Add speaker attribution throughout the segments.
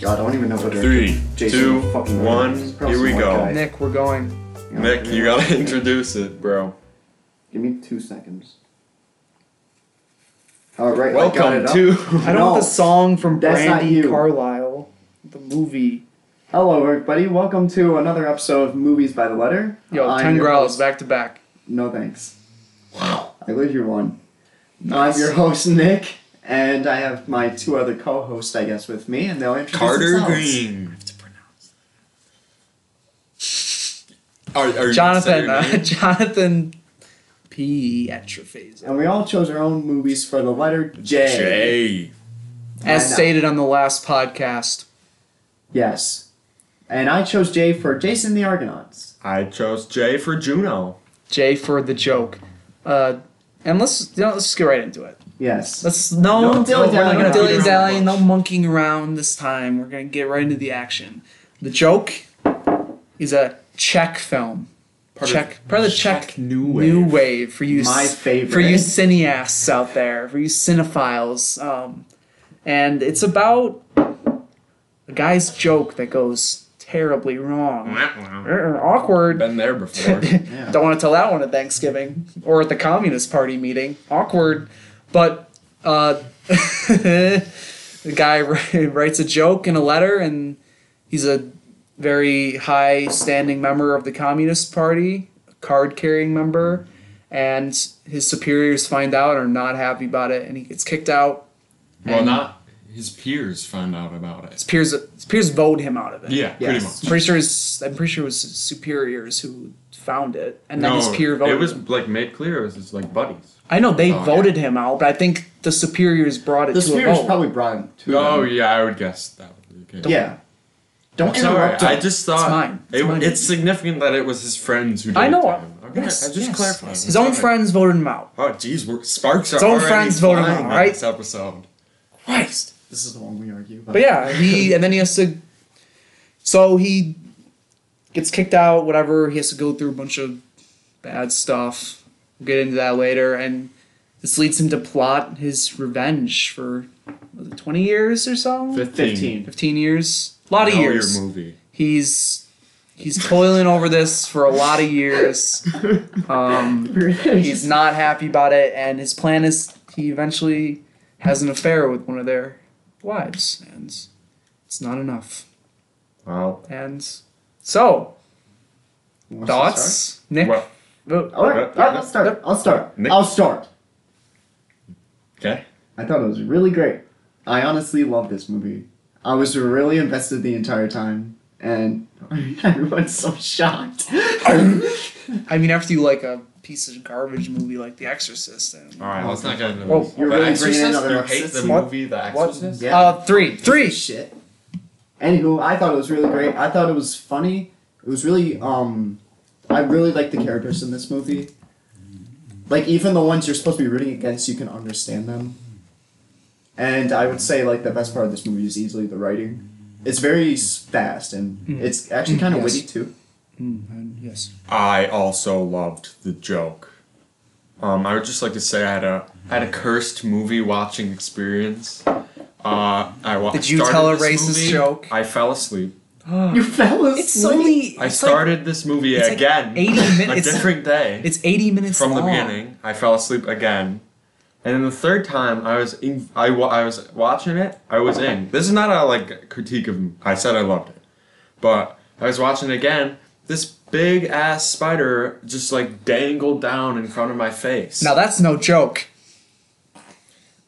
Speaker 1: God, I don't even know what direction
Speaker 2: Three,
Speaker 1: Jason
Speaker 2: two,
Speaker 1: fucking went.
Speaker 2: one,
Speaker 1: It's probably
Speaker 2: here we
Speaker 1: some
Speaker 2: go.
Speaker 1: white guy.
Speaker 3: Nick, we're going.
Speaker 1: You know,
Speaker 2: Nick,
Speaker 1: give me
Speaker 2: you
Speaker 1: one
Speaker 2: gotta
Speaker 1: second.
Speaker 2: introduce it, bro.
Speaker 1: Give me two seconds. All right, I got
Speaker 2: Welcome
Speaker 1: it up.
Speaker 2: to.
Speaker 3: I don't want the
Speaker 1: No,
Speaker 3: song from
Speaker 1: that's not
Speaker 3: Brandy
Speaker 1: you.
Speaker 3: Carlisle, the movie.
Speaker 1: Hello, everybody. Welcome to another episode of Movies by the Letter.
Speaker 3: Yo,
Speaker 1: I'm
Speaker 3: ten
Speaker 1: your
Speaker 3: growls
Speaker 1: host-
Speaker 3: back to back.
Speaker 1: No thanks. Wow. I live your one. I'm your host Nick, and I have my two other co-hosts, I guess, with me, and they'll introduce
Speaker 2: Carter
Speaker 1: themselves.
Speaker 2: Green. I have to pronounce. Are, are you
Speaker 3: Jonathan,
Speaker 2: gonna say your
Speaker 3: uh,
Speaker 2: name?
Speaker 3: Jonathan Pietrophase.
Speaker 1: And we all chose our own movies for the letter J.
Speaker 2: Jay.
Speaker 3: As
Speaker 1: Why not?
Speaker 3: stated on the last podcast,
Speaker 1: Yes. And I chose J for Jason the Argonauts.
Speaker 2: I chose Jay for Juno.
Speaker 3: Jay for the joke. Uh, and let's you know, let's just get right into it.
Speaker 1: Yes.
Speaker 3: Let's no,
Speaker 2: No dilly-dallying.
Speaker 3: no dilly dally,
Speaker 2: No
Speaker 3: no monkeying around this time. We're gonna get right into the action. The joke is a Czech film.
Speaker 2: Part of-
Speaker 3: Czech, part of the Czech,
Speaker 2: Czech New Wave.
Speaker 3: New wave for you,
Speaker 1: My
Speaker 3: s-
Speaker 1: favorite.
Speaker 3: for you cineasts out there, for you cinephiles. Um, and it's about a guy's joke that goes terribly wrong. Er, Awkward.
Speaker 2: Been there before.
Speaker 3: Don't want to tell that one at Thanksgiving or at the Communist Party meeting. Awkward. But uh, the guy wri- writes a joke in a letter, and he's a very high standing member of the Communist Party, a card carrying member. And his superiors find out and are not happy about it, and he gets kicked out.
Speaker 2: well,
Speaker 3: And
Speaker 2: not his peers find out about
Speaker 3: His
Speaker 2: it.
Speaker 3: peers, his peers vote him out of it.
Speaker 2: Yeah, pretty
Speaker 1: Yes.
Speaker 2: much.
Speaker 3: I'm pretty sure his, I'm pretty sure it was his superiors who found it, and then
Speaker 2: no,
Speaker 3: his peer voted.
Speaker 2: it was
Speaker 3: him.
Speaker 2: like made clear it was his like buddies.
Speaker 3: I know they
Speaker 2: Oh, yeah.
Speaker 3: voted him out, but I think the superiors brought it
Speaker 1: The
Speaker 3: to
Speaker 1: Spears
Speaker 3: a vote.
Speaker 1: probably brought him to
Speaker 2: Oh
Speaker 1: them.
Speaker 2: yeah, I would guess that would be the case.
Speaker 1: Yeah. Don't
Speaker 2: Sorry,
Speaker 1: interrupt
Speaker 2: I
Speaker 1: him.
Speaker 2: just thought
Speaker 3: mine. It's
Speaker 2: it-
Speaker 3: mine.
Speaker 2: it's significant that it was his friends who did
Speaker 3: I know.
Speaker 2: it. to him. Okay,
Speaker 3: yes,
Speaker 2: I just
Speaker 3: yes,
Speaker 2: clarified.
Speaker 3: yes. His own
Speaker 2: Sorry.
Speaker 3: friends voted him out.
Speaker 2: Oh, geez, we're, sparks are
Speaker 3: His own
Speaker 2: already
Speaker 3: friends voted
Speaker 2: flying
Speaker 3: him,
Speaker 2: on
Speaker 3: right?
Speaker 2: This episode.
Speaker 3: Christ.
Speaker 1: This is the one we argue about.
Speaker 3: But yeah, he and then he has to. So he gets kicked out. Whatever he has to go through a bunch of bad stuff. We'll get into that later, and this leads him to plot his revenge for was it twenty years or so,
Speaker 1: 15.
Speaker 3: fifteen years, a lot of years.
Speaker 2: Your movie.
Speaker 3: He's he's toiling over this for a lot of years. Um, he's not happy about it, and his plan is he eventually has an affair with one of their wives, and it's not enough.
Speaker 2: Wow.
Speaker 3: And so,
Speaker 1: Wants to start?
Speaker 3: thoughts, Nick?
Speaker 2: Well,
Speaker 3: Oh,
Speaker 1: All right, all right, let's start. I'll start.
Speaker 2: Nick?
Speaker 1: I'll start.
Speaker 2: okay.
Speaker 1: I thought it was really great. I honestly love this movie. I was really invested the entire time, and everyone's so shocked.
Speaker 3: I mean, after you like a piece of garbage movie like The Exorcist, and
Speaker 2: All right, let's not get into
Speaker 3: Whoa,
Speaker 2: this.
Speaker 1: oh, you're
Speaker 2: The
Speaker 1: really bringing
Speaker 2: Exorcist,
Speaker 1: another
Speaker 2: you hate
Speaker 1: Exorcist?
Speaker 2: the
Speaker 3: What?
Speaker 2: movie The
Speaker 3: What?
Speaker 2: Exorcist.
Speaker 1: Yeah.
Speaker 3: uh, three, three.
Speaker 1: shit. Anywho, I thought it was really great. I thought it was funny. It was really um, I really like the characters in this movie. Like even the ones you're supposed to be rooting against, you can understand them. And I would say like the best part of this movie is easily the writing. It's very s- fast and it's actually kind of
Speaker 3: Mm. Yes.
Speaker 1: witty too.
Speaker 3: Mm, and yes.
Speaker 2: I also loved the joke. Um, I would just like to say I had a I had a cursed movie watching experience. Uh, I wa-
Speaker 3: Did you
Speaker 2: started
Speaker 3: tell a
Speaker 2: this
Speaker 3: racist
Speaker 2: movie,
Speaker 3: joke?
Speaker 2: I fell asleep.
Speaker 1: You fell asleep.
Speaker 3: It's only.
Speaker 2: I
Speaker 3: it's
Speaker 2: started this movie
Speaker 3: it's like
Speaker 2: again.
Speaker 3: 80 minutes.
Speaker 2: A different day.
Speaker 3: Like, it's eighty minutes
Speaker 2: from the
Speaker 3: long.
Speaker 2: beginning. I fell asleep again, and then the third time I was in. I, wa- I was watching it. I was in. This is not a like critique of. I said I loved it, but I was watching it again. This big ass spider just like dangled down in front of my face.
Speaker 3: Now that's no joke.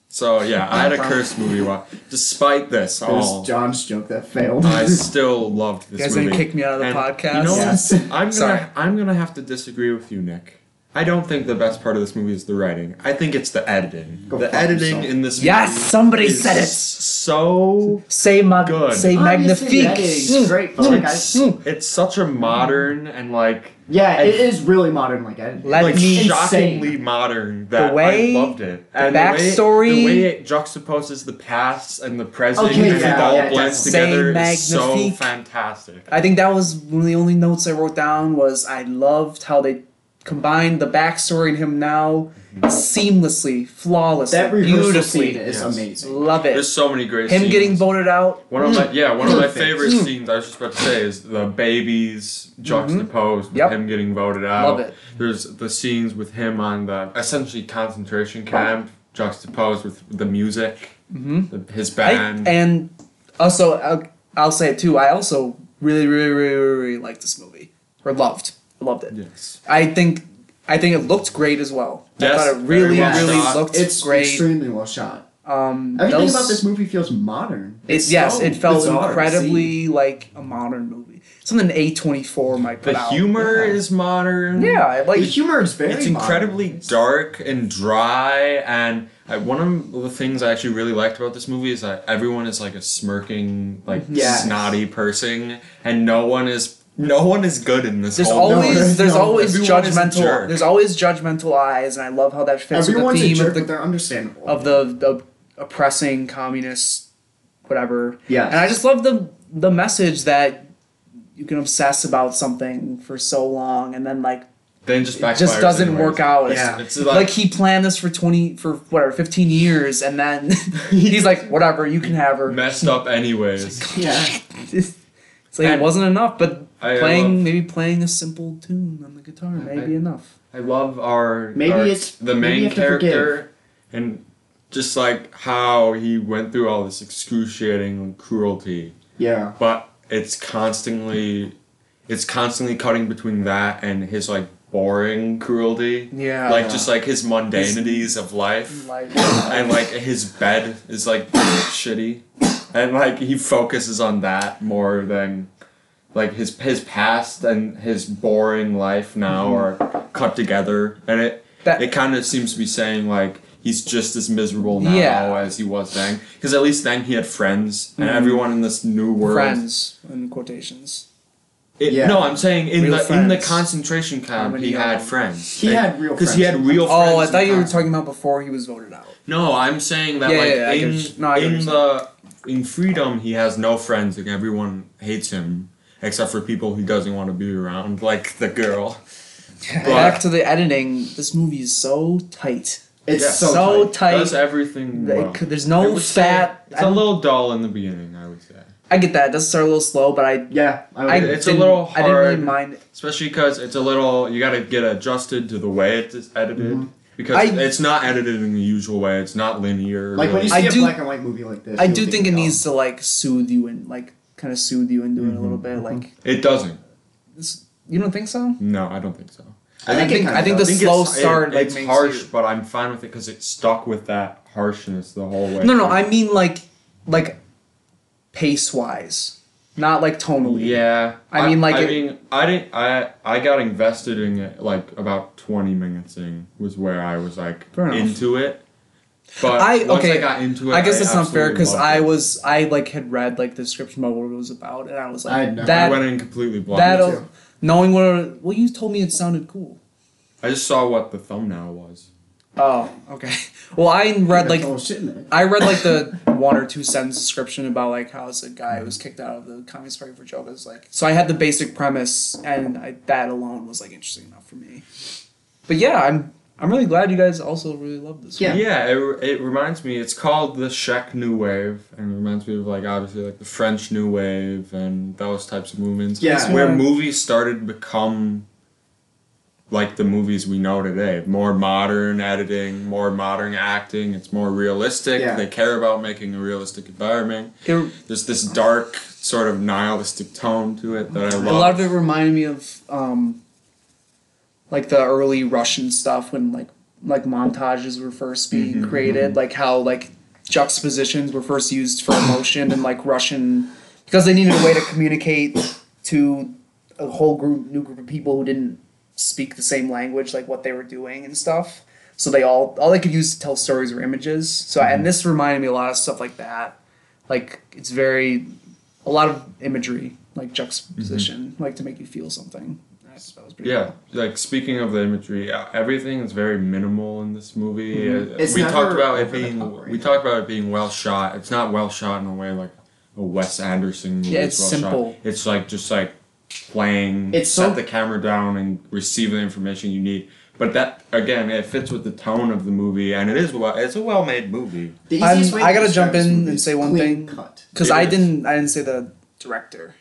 Speaker 2: so yeah, I had a cursed movie. Wa- despite this
Speaker 1: It was
Speaker 2: all,
Speaker 1: John's joke that failed.
Speaker 2: I still loved this
Speaker 3: You guys
Speaker 2: movie.
Speaker 3: gonna kick me out of the
Speaker 2: And
Speaker 3: podcast?
Speaker 2: You know what?
Speaker 1: Yes.
Speaker 2: I'm gonna
Speaker 3: Sorry.
Speaker 2: I'm gonna have to disagree with you, Nick. I don't think the best part of this movie is the writing. I think it's the editing.
Speaker 1: Go
Speaker 2: the
Speaker 1: fuck
Speaker 2: editing
Speaker 1: yourself.
Speaker 2: in this
Speaker 3: Yes,
Speaker 2: movie
Speaker 3: somebody
Speaker 2: is
Speaker 3: said it.
Speaker 2: So
Speaker 3: Say mag-
Speaker 2: Good.
Speaker 3: say
Speaker 1: Obviously,
Speaker 3: magnifique. Hmm.
Speaker 1: that is great, but, like, I-
Speaker 2: it's, it's such a modern and like
Speaker 1: yeah, it
Speaker 2: I-
Speaker 1: is really modern like editing.
Speaker 3: Let
Speaker 2: like
Speaker 3: me
Speaker 2: shockingly
Speaker 1: Insane.
Speaker 2: modern that
Speaker 3: The way-
Speaker 2: I loved it.
Speaker 3: the
Speaker 2: And way-
Speaker 3: backstory-
Speaker 2: the way, it juxtaposes the past and the present
Speaker 1: Okay,
Speaker 2: and
Speaker 1: yeah,
Speaker 2: it all
Speaker 1: yeah,
Speaker 2: blends
Speaker 3: yeah.
Speaker 2: together
Speaker 3: Say
Speaker 2: is so
Speaker 3: magnifique.
Speaker 2: fantastic.
Speaker 3: I think that was one of the only notes I wrote down was I loved how they combined the backstory in him now seamlessly, flawlessly,
Speaker 1: That rehearsal scene
Speaker 3: beautifully.
Speaker 1: is
Speaker 2: Yes.
Speaker 1: amazing.
Speaker 3: Love it.
Speaker 2: There's so many great
Speaker 3: Him
Speaker 2: scenes.
Speaker 3: getting voted out.
Speaker 2: One of my yeah, one of my
Speaker 1: Perfect.
Speaker 2: favorite
Speaker 3: Mm.
Speaker 2: scenes I was just about to say is the babies juxtaposed with
Speaker 3: Mm-hmm. Yep.
Speaker 2: him getting voted out.
Speaker 3: Love it.
Speaker 2: There's the scenes with him on the essentially concentration camp juxtaposed with the music, the, his band.
Speaker 3: Mm-hmm. I, and also, I'll, I'll say it too. I also really, really, really, really, really liked this movie or loved, loved it.
Speaker 2: yes.
Speaker 3: I think, I think it looked great as well.
Speaker 2: Yes,
Speaker 3: I thought it
Speaker 2: very
Speaker 3: really,
Speaker 1: well
Speaker 3: really
Speaker 2: shot.
Speaker 3: looked
Speaker 1: It's
Speaker 3: great.
Speaker 1: extremely well shot.
Speaker 3: um,
Speaker 1: Everything
Speaker 3: those-
Speaker 1: about this movie feels modern.
Speaker 3: It, yes,
Speaker 1: so
Speaker 3: it felt
Speaker 1: bizarre to see.
Speaker 3: incredibly like a modern movie. Something A twenty four might put
Speaker 2: The
Speaker 3: out.
Speaker 2: humor is modern.
Speaker 3: Yeah, I like
Speaker 1: the humor is very.
Speaker 2: It's incredibly
Speaker 1: modern.
Speaker 2: dark and dry, and I, one of the things I actually really liked about this movie is that everyone is like a smirking, like
Speaker 1: Yes.
Speaker 2: snotty person, and no one is no one is good in this.
Speaker 3: there's
Speaker 2: whole
Speaker 1: Oh, no,
Speaker 3: always
Speaker 1: there's
Speaker 3: there's
Speaker 1: no-
Speaker 3: always
Speaker 2: everyone is a
Speaker 3: judgmental
Speaker 2: jerk.
Speaker 3: there's always judgmental eyes, and I love how that fits
Speaker 1: Everyone's
Speaker 3: with the
Speaker 1: a
Speaker 3: theme
Speaker 1: jerk,
Speaker 3: of
Speaker 1: but
Speaker 3: the
Speaker 1: they're understandable.
Speaker 3: of the, the oppressing communist whatever.
Speaker 1: Yes.
Speaker 3: And I just love the the message that you can obsess about something for so long and then like
Speaker 2: Then just
Speaker 3: it just doesn't work out. It's-
Speaker 1: Yeah.
Speaker 2: It's
Speaker 3: like,
Speaker 2: like,
Speaker 3: he planned this for 20 for whatever 15 years and then he's like whatever you can have her
Speaker 2: messed up anyways.
Speaker 1: yeah.
Speaker 3: it's like it
Speaker 2: And-
Speaker 3: wasn't enough but
Speaker 2: I
Speaker 3: playing
Speaker 2: love-
Speaker 3: maybe playing a simple tune on the guitar may be enough
Speaker 2: I love our
Speaker 1: Maybe
Speaker 2: our-
Speaker 1: it's-
Speaker 2: the
Speaker 1: maybe you
Speaker 2: main
Speaker 1: have to forgive.
Speaker 2: character and just like how he went through all this excruciating cruelty.
Speaker 1: Yeah.
Speaker 2: but it's constantly it's constantly cutting between that and his like boring cruelty
Speaker 3: Yeah.
Speaker 2: like just like his mundanities of life
Speaker 3: like
Speaker 2: and like his bed is like shitty and like he focuses on that more than like his his past and his boring life now are cut together and it
Speaker 3: Mm-hmm. That-
Speaker 2: it kind of seems to be saying like he's just as miserable now
Speaker 3: Yeah. Mm-hmm.
Speaker 2: as he was then because at least then he had friends and everyone in this new world
Speaker 3: friends in quotations
Speaker 2: it-
Speaker 1: Yeah.
Speaker 2: No, I'm saying in
Speaker 3: Real
Speaker 2: the in the
Speaker 3: friends.
Speaker 2: concentration
Speaker 3: How
Speaker 2: camp
Speaker 3: many
Speaker 2: he had
Speaker 3: of them?
Speaker 2: friends.
Speaker 1: He had real
Speaker 2: because he
Speaker 1: friends.
Speaker 2: had real. friends.
Speaker 3: oh i
Speaker 2: in
Speaker 3: thought you
Speaker 2: the
Speaker 3: were
Speaker 2: camp.
Speaker 3: talking about before he was voted out
Speaker 2: No, I'm saying that
Speaker 3: Yeah,
Speaker 2: like
Speaker 3: yeah, yeah, I get
Speaker 2: in
Speaker 3: what you- no, I get what
Speaker 2: in
Speaker 3: you're
Speaker 2: the in freedom he has no friends. Like everyone hates him except for people he doesn't want to be around, like the girl.
Speaker 3: back to the editing this movie is so tight
Speaker 1: It's
Speaker 2: Yeah.
Speaker 1: so,
Speaker 3: So
Speaker 1: tight.
Speaker 3: tight.
Speaker 2: Does everything.
Speaker 3: That it
Speaker 2: well.
Speaker 3: could- there's no
Speaker 2: I would say
Speaker 3: fat-
Speaker 2: It's a little dull in the beginning, I would say,
Speaker 3: i get that it does start a little slow but i
Speaker 1: Yeah. I,
Speaker 3: I
Speaker 1: would-
Speaker 2: It's a
Speaker 3: didn't-
Speaker 2: little
Speaker 3: I didn't really
Speaker 2: hard.
Speaker 3: mind it.
Speaker 2: especially because it's a little. You got to get adjusted to the way it's edited.
Speaker 1: Mm-hmm.
Speaker 2: Because
Speaker 3: I-
Speaker 2: it's not edited in the usual way. It's not linear.
Speaker 1: like when
Speaker 2: really.
Speaker 1: you
Speaker 3: I
Speaker 1: see a
Speaker 3: do-
Speaker 1: black and white movie like this,
Speaker 3: I
Speaker 1: you'll
Speaker 3: do think it
Speaker 1: dumb.
Speaker 3: needs to like soothe you and like kind of soothe you into it a little bit. Like,
Speaker 2: it doesn't.
Speaker 3: this, you don't think so?
Speaker 2: No, I don't think so.
Speaker 1: I think,
Speaker 3: I think-
Speaker 1: it kinda
Speaker 3: I think
Speaker 1: does.
Speaker 3: the
Speaker 2: think
Speaker 3: slow
Speaker 2: it's,
Speaker 3: start,
Speaker 2: It,
Speaker 3: like,
Speaker 2: it's
Speaker 3: makes
Speaker 2: harsh,
Speaker 3: you-
Speaker 2: but I'm fine with it because it's stuck with that harshness the whole way.
Speaker 3: No, no.
Speaker 2: through.
Speaker 3: I mean like, like, pace wise, not like tonally.
Speaker 2: Yeah,
Speaker 3: I mean, like,
Speaker 2: I
Speaker 3: it-
Speaker 2: mean, I didn't. I I got invested in it like about twenty minutes in was where I was like
Speaker 3: Fair enough.
Speaker 2: into it. But
Speaker 3: I
Speaker 2: once
Speaker 3: okay.
Speaker 2: I got into it,
Speaker 3: I guess it's not fair
Speaker 2: absolutely
Speaker 3: because
Speaker 2: loved
Speaker 3: I
Speaker 2: it.
Speaker 3: was I like had read like the description about what it was about, and I was
Speaker 1: I
Speaker 3: like
Speaker 1: had no-
Speaker 2: I
Speaker 3: that
Speaker 2: went in completely blind.
Speaker 1: Me
Speaker 3: that'll
Speaker 1: too.
Speaker 3: knowing what it- well you told me it sounded cool.
Speaker 2: I just saw what the thumbnail was.
Speaker 3: Oh, okay. Well, I read like
Speaker 1: oh, shit, man.
Speaker 3: I read like the one or two sentence description about like how it's a guy who was kicked out of the Communist Party for Joga's like so I had the basic premise and I, that alone was like interesting enough for me. But yeah, I'm I'm really glad you guys also really loved this.
Speaker 1: Yeah.
Speaker 2: Yeah, it, it reminds me. It's called the Czech New Wave, and it reminds me of like obviously like the French New Wave and those types of movements.
Speaker 1: Yeah.
Speaker 2: It's where movies started to become like the movies we know today. More modern editing, more modern acting. It's more realistic.
Speaker 1: Yeah.
Speaker 2: They care about making a realistic environment.
Speaker 3: It,
Speaker 2: There's this dark sort of nihilistic tone to it that I love.
Speaker 3: a lot of it reminded me of um, like the early Russian stuff when like like montages were first being created, like how like juxtapositions were first used for emotion and like Russian because they needed a way to communicate to a whole group new group of people who didn't speak the same language, like what they were doing and stuff. So they all all they could use to tell stories were images. So and this reminded me a lot of stuff like that. Like it's very a lot of imagery, like juxtaposition, like to make you feel something. That's, that was pretty
Speaker 2: Mm-hmm. Yeah, like speaking of the imagery, uh, everything is very minimal in this movie.
Speaker 3: Mm-hmm.
Speaker 2: Uh,
Speaker 1: It's
Speaker 2: we
Speaker 1: never
Speaker 2: talked about it
Speaker 1: over the
Speaker 2: being
Speaker 1: top or
Speaker 2: we talked about it being well shot. It's not well shot in a way like a Wes Anderson movie.
Speaker 3: Yeah,
Speaker 2: is
Speaker 3: it's
Speaker 2: well
Speaker 3: simple.
Speaker 2: Shot. It's like just like playing.
Speaker 1: It's
Speaker 2: set
Speaker 1: so-
Speaker 2: the camera down and receive the information you need. But that again, it fits with the tone of the movie, and it is well, it's a well-made movie.
Speaker 1: The
Speaker 3: I'm-
Speaker 1: easiest way
Speaker 3: I
Speaker 1: to
Speaker 3: gotta
Speaker 1: describe
Speaker 3: jump
Speaker 1: this
Speaker 3: in
Speaker 1: movie
Speaker 3: and
Speaker 1: is
Speaker 3: say one
Speaker 1: clean
Speaker 3: thing.
Speaker 1: Cut.
Speaker 3: because I
Speaker 2: Yes.
Speaker 3: didn't I didn't say the director.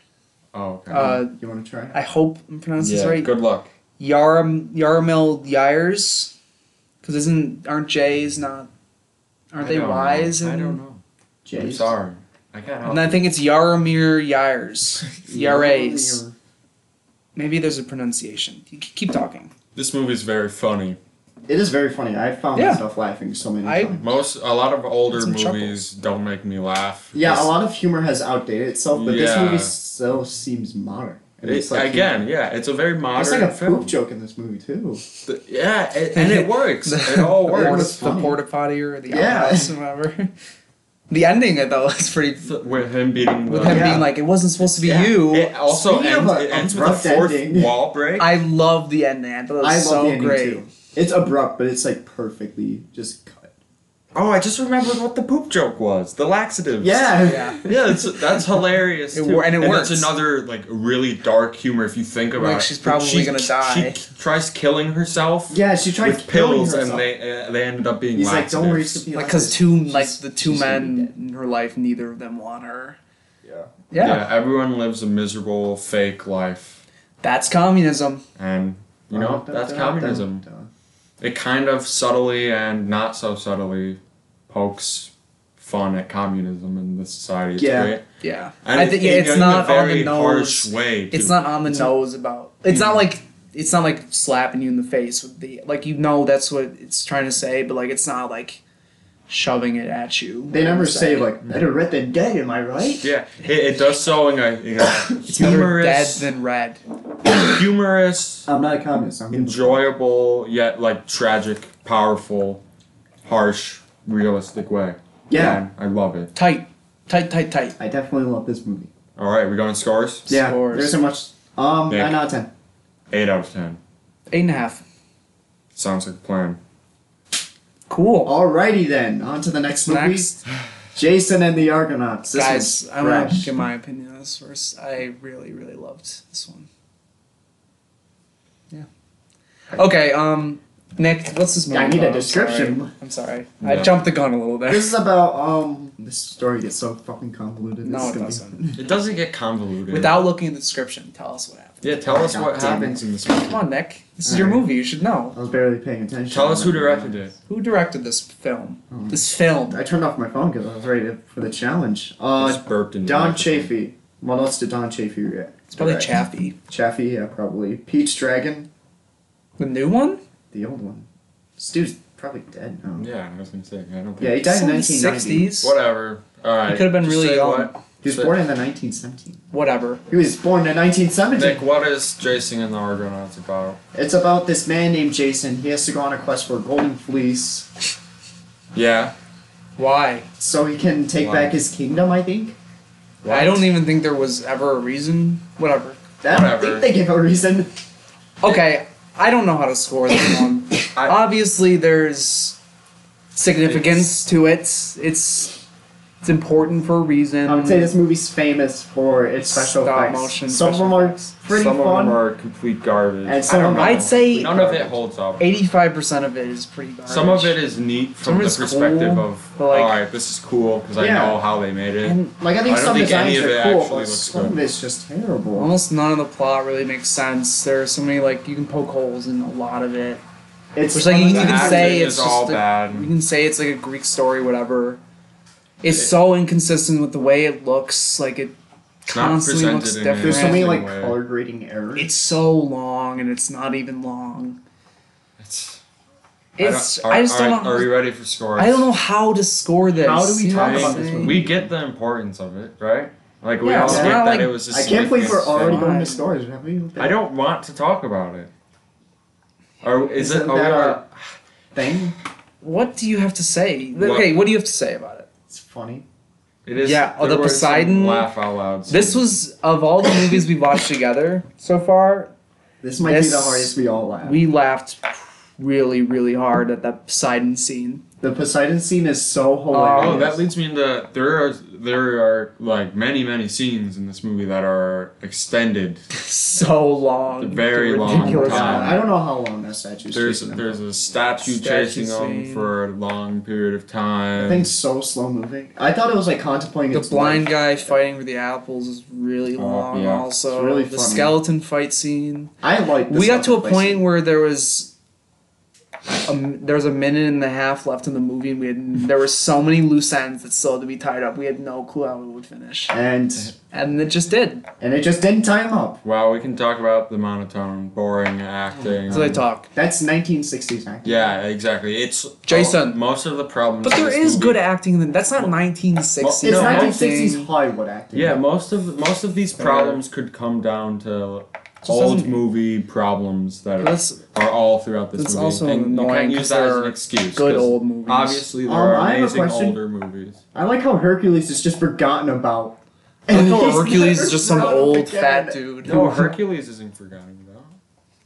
Speaker 2: Oh, okay.
Speaker 3: Uh,
Speaker 1: You want to try?
Speaker 3: I hope I'm pronouncing
Speaker 2: yeah.
Speaker 3: this right.
Speaker 2: Good luck.
Speaker 3: Yaram Yaramil Yires, because isn't aren't J's not aren't
Speaker 2: I
Speaker 3: they
Speaker 2: don't know.
Speaker 3: Y's?
Speaker 2: I
Speaker 3: in-
Speaker 2: don't know. I'm
Speaker 1: James?
Speaker 2: sorry. I can't help.
Speaker 3: And I think it's Yaramir Yires. Yares.
Speaker 1: Your-
Speaker 3: Maybe there's a pronunciation. You c- Keep talking.
Speaker 2: This movie's very funny.
Speaker 1: It is very funny. I found
Speaker 3: Yeah.
Speaker 1: myself laughing so many
Speaker 3: I-
Speaker 1: times.
Speaker 2: Most a lot of older
Speaker 3: Some
Speaker 2: movies
Speaker 3: chuckles.
Speaker 2: don't make me laugh.
Speaker 1: Yeah, a
Speaker 2: It's-
Speaker 1: lot of humor has outdated itself, but this
Speaker 2: Yeah.
Speaker 1: movie still seems modern. And
Speaker 2: it-
Speaker 1: it's like
Speaker 2: again, yeah, it's a very modern
Speaker 1: there's like a
Speaker 2: film.
Speaker 1: poop joke in this movie too.
Speaker 2: Th- Yeah, it, and it works. It all
Speaker 3: The
Speaker 2: works.
Speaker 3: porta- The
Speaker 1: funny.
Speaker 3: porta potty or the
Speaker 1: Yeah.
Speaker 3: outhouse or whatever. The ending I thought was pretty.
Speaker 2: With him beating the,
Speaker 3: With him
Speaker 1: Yeah.
Speaker 3: being like, it wasn't supposed to be
Speaker 1: Yeah.
Speaker 3: you.
Speaker 2: It also
Speaker 1: Speaking
Speaker 2: ends,
Speaker 1: of a
Speaker 2: it ends with a
Speaker 1: abrupt
Speaker 2: fourth
Speaker 1: ending.
Speaker 2: wall break.
Speaker 3: I love the ending. I thought it was
Speaker 1: I love
Speaker 3: so
Speaker 1: the ending
Speaker 3: great.
Speaker 1: too. It's abrupt, but it's like perfectly just cut.
Speaker 2: oh, I just remembered what the poop joke was. The laxatives.
Speaker 1: Yeah.
Speaker 3: Yeah.
Speaker 2: Yeah, that's, that's hilarious.
Speaker 3: It
Speaker 2: too.
Speaker 3: wor- and it works.
Speaker 2: That's another like really dark humor if you think about
Speaker 3: Like,
Speaker 2: it.
Speaker 3: she's probably
Speaker 2: She-
Speaker 3: gonna
Speaker 2: she
Speaker 3: die.
Speaker 2: tries killing herself.
Speaker 1: Yeah, she tried
Speaker 2: with
Speaker 1: killing
Speaker 2: pills,
Speaker 1: herself.
Speaker 2: and they uh, they ended up being
Speaker 1: He's like,
Speaker 2: laxatives.
Speaker 1: don't worry, it's
Speaker 3: Like, cause
Speaker 1: She's-
Speaker 3: two like the two
Speaker 1: she's gonna be
Speaker 3: men
Speaker 1: dead.
Speaker 3: in her life, neither of them want her.
Speaker 1: Yeah.
Speaker 3: Yeah,
Speaker 2: everyone lives a miserable fake life,
Speaker 3: that's communism.
Speaker 2: and you know that's communism. It kind of subtly and not so subtly pokes fun at communism in this society. It's
Speaker 1: Yeah.
Speaker 2: great.
Speaker 3: Yeah,
Speaker 2: And
Speaker 3: I think
Speaker 2: it-
Speaker 3: yeah, it's
Speaker 2: in
Speaker 3: not
Speaker 2: a
Speaker 3: on
Speaker 2: very
Speaker 3: the
Speaker 2: harsh
Speaker 3: nose.
Speaker 2: way.
Speaker 3: It's
Speaker 2: too.
Speaker 3: not on the nose about. It's not like it's not like slapping you in the face with the like you know that's what it's trying to say, but like it's not like shoving it at you.
Speaker 1: They never say like better red than dead, am I right?
Speaker 2: Yeah, it, it does so in a, in a
Speaker 3: it's better dead
Speaker 2: humorous,
Speaker 3: than red.
Speaker 2: humorous,
Speaker 1: I'm not a communist. I'm
Speaker 2: enjoyable yet like tragic, powerful, harsh, realistic way.
Speaker 1: Yeah.
Speaker 2: Man, I love it.
Speaker 3: Tight, tight, tight, tight.
Speaker 1: I definitely love this movie.
Speaker 2: All right, we going scores.
Speaker 1: Yeah,
Speaker 3: Scores.
Speaker 1: there's so much. Um,
Speaker 2: Nick.
Speaker 1: nine out of ten.
Speaker 2: Eight out of ten.
Speaker 3: Eight and a half.
Speaker 2: Sounds like a plan.
Speaker 1: Oh,
Speaker 3: Cool.
Speaker 1: Alrighty then, on to the next movie.
Speaker 3: Next.
Speaker 1: Jason and the Argonauts. This
Speaker 3: Guys,
Speaker 1: one's
Speaker 3: I want to
Speaker 1: fresh.
Speaker 3: give my opinion on this first. I really, really loved this one. Yeah. Okay. Um, Nick, what's this movie?
Speaker 1: I need a
Speaker 3: about? I'm
Speaker 1: description.
Speaker 3: sorry. I'm sorry. I
Speaker 2: No.
Speaker 3: jumped the gun a little bit.
Speaker 1: This is about um. This story gets so fucking convoluted.
Speaker 3: No,
Speaker 1: This is
Speaker 3: it
Speaker 1: gonna be-
Speaker 3: doesn't.
Speaker 2: It doesn't get convoluted.
Speaker 1: Hmm.
Speaker 3: Without looking at the description, tell us what happened.
Speaker 2: yeah, tell us
Speaker 1: God
Speaker 2: what
Speaker 1: damn
Speaker 2: happens
Speaker 1: it.
Speaker 2: in this movie.
Speaker 3: Come on, Nick. This is your
Speaker 1: Alright.
Speaker 3: movie. You should know.
Speaker 1: I was barely paying attention.
Speaker 2: Tell us who directed it.
Speaker 3: Who directed this film?
Speaker 1: Oh.
Speaker 3: This film.
Speaker 1: I turned off my phone because I was ready to- for the challenge.
Speaker 2: It's
Speaker 1: Uh,
Speaker 2: burped in the
Speaker 1: Don
Speaker 2: microphone.
Speaker 1: Chaffee. What else did Don Chaffee react?
Speaker 3: It's probably
Speaker 1: direct?
Speaker 3: Chaffee.
Speaker 1: Chaffee, yeah, probably. Peach Dragon,
Speaker 3: The new one?
Speaker 1: the old one. This dude's probably dead now.
Speaker 2: Yeah, I was gonna say. I don't think.
Speaker 1: Yeah, he died in
Speaker 3: It's in the
Speaker 1: 1990.
Speaker 3: 60s.
Speaker 2: Whatever. All right.
Speaker 3: He could have been
Speaker 2: just
Speaker 3: really
Speaker 2: say
Speaker 3: young.
Speaker 2: what-
Speaker 1: He was
Speaker 2: say-
Speaker 1: born in the 1917.
Speaker 3: Whatever.
Speaker 1: He was born in 1917.
Speaker 2: Nick, what is Jason and the Argonauts about?
Speaker 1: It's about this man named Jason. He has to go on a quest for a golden fleece
Speaker 2: Yeah.
Speaker 3: Why?
Speaker 1: so he can take
Speaker 2: Wow.
Speaker 1: back his kingdom, I think.
Speaker 3: I don't even think there was ever a reason. Whatever.
Speaker 1: That, I think
Speaker 2: Whatever.
Speaker 1: they give a reason.
Speaker 3: Okay, I don't know how to score this one.
Speaker 2: I-
Speaker 3: Obviously, there's significance to it. It's it's important for a reason.
Speaker 1: I would say this movie's famous for its special
Speaker 3: Stop
Speaker 1: effects.
Speaker 3: motion
Speaker 1: some of them
Speaker 3: special
Speaker 1: are
Speaker 3: effects.
Speaker 1: pretty
Speaker 2: some
Speaker 1: fun.
Speaker 2: of them are complete garbage.
Speaker 1: And some
Speaker 2: I don't
Speaker 1: of
Speaker 2: know.
Speaker 1: them-
Speaker 3: I'd say-
Speaker 2: none of it holds up.
Speaker 3: Eighty-five percent of it is pretty garbage.
Speaker 2: Some of it is neat
Speaker 3: Some
Speaker 2: from
Speaker 3: of
Speaker 2: the
Speaker 3: it's
Speaker 2: perspective
Speaker 3: cool,
Speaker 2: of
Speaker 3: but, like-
Speaker 2: all right, this is cool because I
Speaker 1: Yeah.
Speaker 2: know how they made it.
Speaker 3: And
Speaker 1: like I think
Speaker 2: I don't
Speaker 1: some
Speaker 2: think any
Speaker 1: designs
Speaker 2: of it
Speaker 1: are cool,
Speaker 2: actually
Speaker 1: but
Speaker 2: looks
Speaker 1: some
Speaker 2: good.
Speaker 1: of it's just terrible.
Speaker 3: almost none of the plot really makes sense. There are so many like you can poke holes in a lot of it.
Speaker 1: it's
Speaker 3: Which like you
Speaker 2: The
Speaker 3: can
Speaker 2: acting
Speaker 3: say
Speaker 2: is
Speaker 3: it's just
Speaker 2: all
Speaker 3: a-
Speaker 2: bad.
Speaker 3: You can say it's like a Greek story, whatever. It's so inconsistent with the way it looks. Like it
Speaker 2: not
Speaker 3: constantly
Speaker 2: presented
Speaker 3: looks
Speaker 2: in a-
Speaker 3: different.
Speaker 1: there's so many like
Speaker 2: Anyway.
Speaker 1: color grading errors.
Speaker 3: It's so long, and it's not even long.
Speaker 2: It's,
Speaker 3: It's
Speaker 2: don't-
Speaker 3: I, just don't
Speaker 2: alright,
Speaker 3: know.
Speaker 2: Are we ready for scores?
Speaker 3: I don't know how to score this.
Speaker 1: How do we
Speaker 3: You know
Speaker 1: talk
Speaker 3: what I'm
Speaker 1: about this
Speaker 3: saying?
Speaker 1: movie?
Speaker 2: We get the importance of it, right? Like we
Speaker 3: Yeah,
Speaker 2: all
Speaker 1: it's
Speaker 2: get
Speaker 3: not
Speaker 2: that
Speaker 3: like-
Speaker 2: it was. Just
Speaker 1: I can't believe we're already
Speaker 3: fine.
Speaker 1: going to scores. Have we?
Speaker 2: I don't want to talk about it. Are is
Speaker 1: Isn't
Speaker 2: it? Are we
Speaker 1: that
Speaker 2: are,
Speaker 1: our thing?
Speaker 3: What do you have to say?
Speaker 2: What-
Speaker 3: Okay, what do you have to say about it?
Speaker 1: It's funny.
Speaker 2: it is.
Speaker 3: Yeah, oh,
Speaker 2: there
Speaker 3: the
Speaker 2: were some
Speaker 3: Poseidon-
Speaker 2: Laugh out loud.
Speaker 3: This
Speaker 2: scenes.
Speaker 3: was of all the movies we watched together so far,
Speaker 1: This might be
Speaker 3: This-
Speaker 1: the hardest we all laugh.
Speaker 3: we laughed really, really hard at that Poseidon scene.
Speaker 1: The Poseidon scene is so hilarious.
Speaker 2: Oh, that leads me into there are there are like many many scenes in this movie that are extended.
Speaker 3: So long.
Speaker 2: Very
Speaker 3: The
Speaker 2: long
Speaker 3: ridiculous
Speaker 2: time.
Speaker 1: I don't know how long that statue
Speaker 2: There's there's a statue,
Speaker 3: Statue
Speaker 2: chasing
Speaker 3: scene.
Speaker 2: them for a long period of time.
Speaker 1: I think so slow moving. I thought it was like contemplating
Speaker 3: The
Speaker 1: its
Speaker 3: blind
Speaker 1: life.
Speaker 3: guy fighting for the apples is really
Speaker 2: Oh,
Speaker 3: long.
Speaker 2: yeah.
Speaker 3: Also,
Speaker 1: It's really
Speaker 3: the
Speaker 1: funny.
Speaker 3: skeleton fight scene.
Speaker 1: I like.
Speaker 3: we got to a point where there was, a, m- there was a minute and a half left in the movie, and we had there were so many loose ends that still had to be tied up. We had no clue how we would finish,
Speaker 1: and
Speaker 3: and it just did.
Speaker 1: and it just didn't time up.
Speaker 2: Wow, we can talk about the monotone, boring acting.
Speaker 3: So they talk.
Speaker 1: That's 1960s acting.
Speaker 2: Yeah, exactly. It's
Speaker 3: Jason.
Speaker 2: oh, most of the problems.
Speaker 3: But
Speaker 2: in
Speaker 3: there
Speaker 2: this
Speaker 3: is
Speaker 2: movie-
Speaker 3: good acting. Then that's not 1960s.
Speaker 1: It's
Speaker 2: No, I
Speaker 3: acting.
Speaker 1: 1960s Hollywood acting.
Speaker 2: Yeah, most of most of these problems could come down to
Speaker 3: Just
Speaker 2: old
Speaker 3: doesn't-
Speaker 2: movie problems that are,
Speaker 3: That's
Speaker 2: are all throughout this
Speaker 3: that's
Speaker 2: movie.
Speaker 3: also
Speaker 2: and you
Speaker 3: annoying
Speaker 2: can't
Speaker 3: 'cause
Speaker 2: use that as
Speaker 3: they're
Speaker 2: an excuse.
Speaker 3: good
Speaker 2: 'cause
Speaker 3: old movies.
Speaker 2: Obviously, there
Speaker 1: Um, I
Speaker 2: are
Speaker 1: have a
Speaker 2: amazing
Speaker 1: question.
Speaker 2: older movies.
Speaker 1: I like how Hercules is just forgotten about.
Speaker 3: I
Speaker 1: And
Speaker 3: thought
Speaker 1: he's
Speaker 3: Hercules
Speaker 1: never
Speaker 3: is just some
Speaker 1: brought up
Speaker 3: old
Speaker 1: again.
Speaker 3: fat dude.
Speaker 2: No, Hercules isn't forgotten though.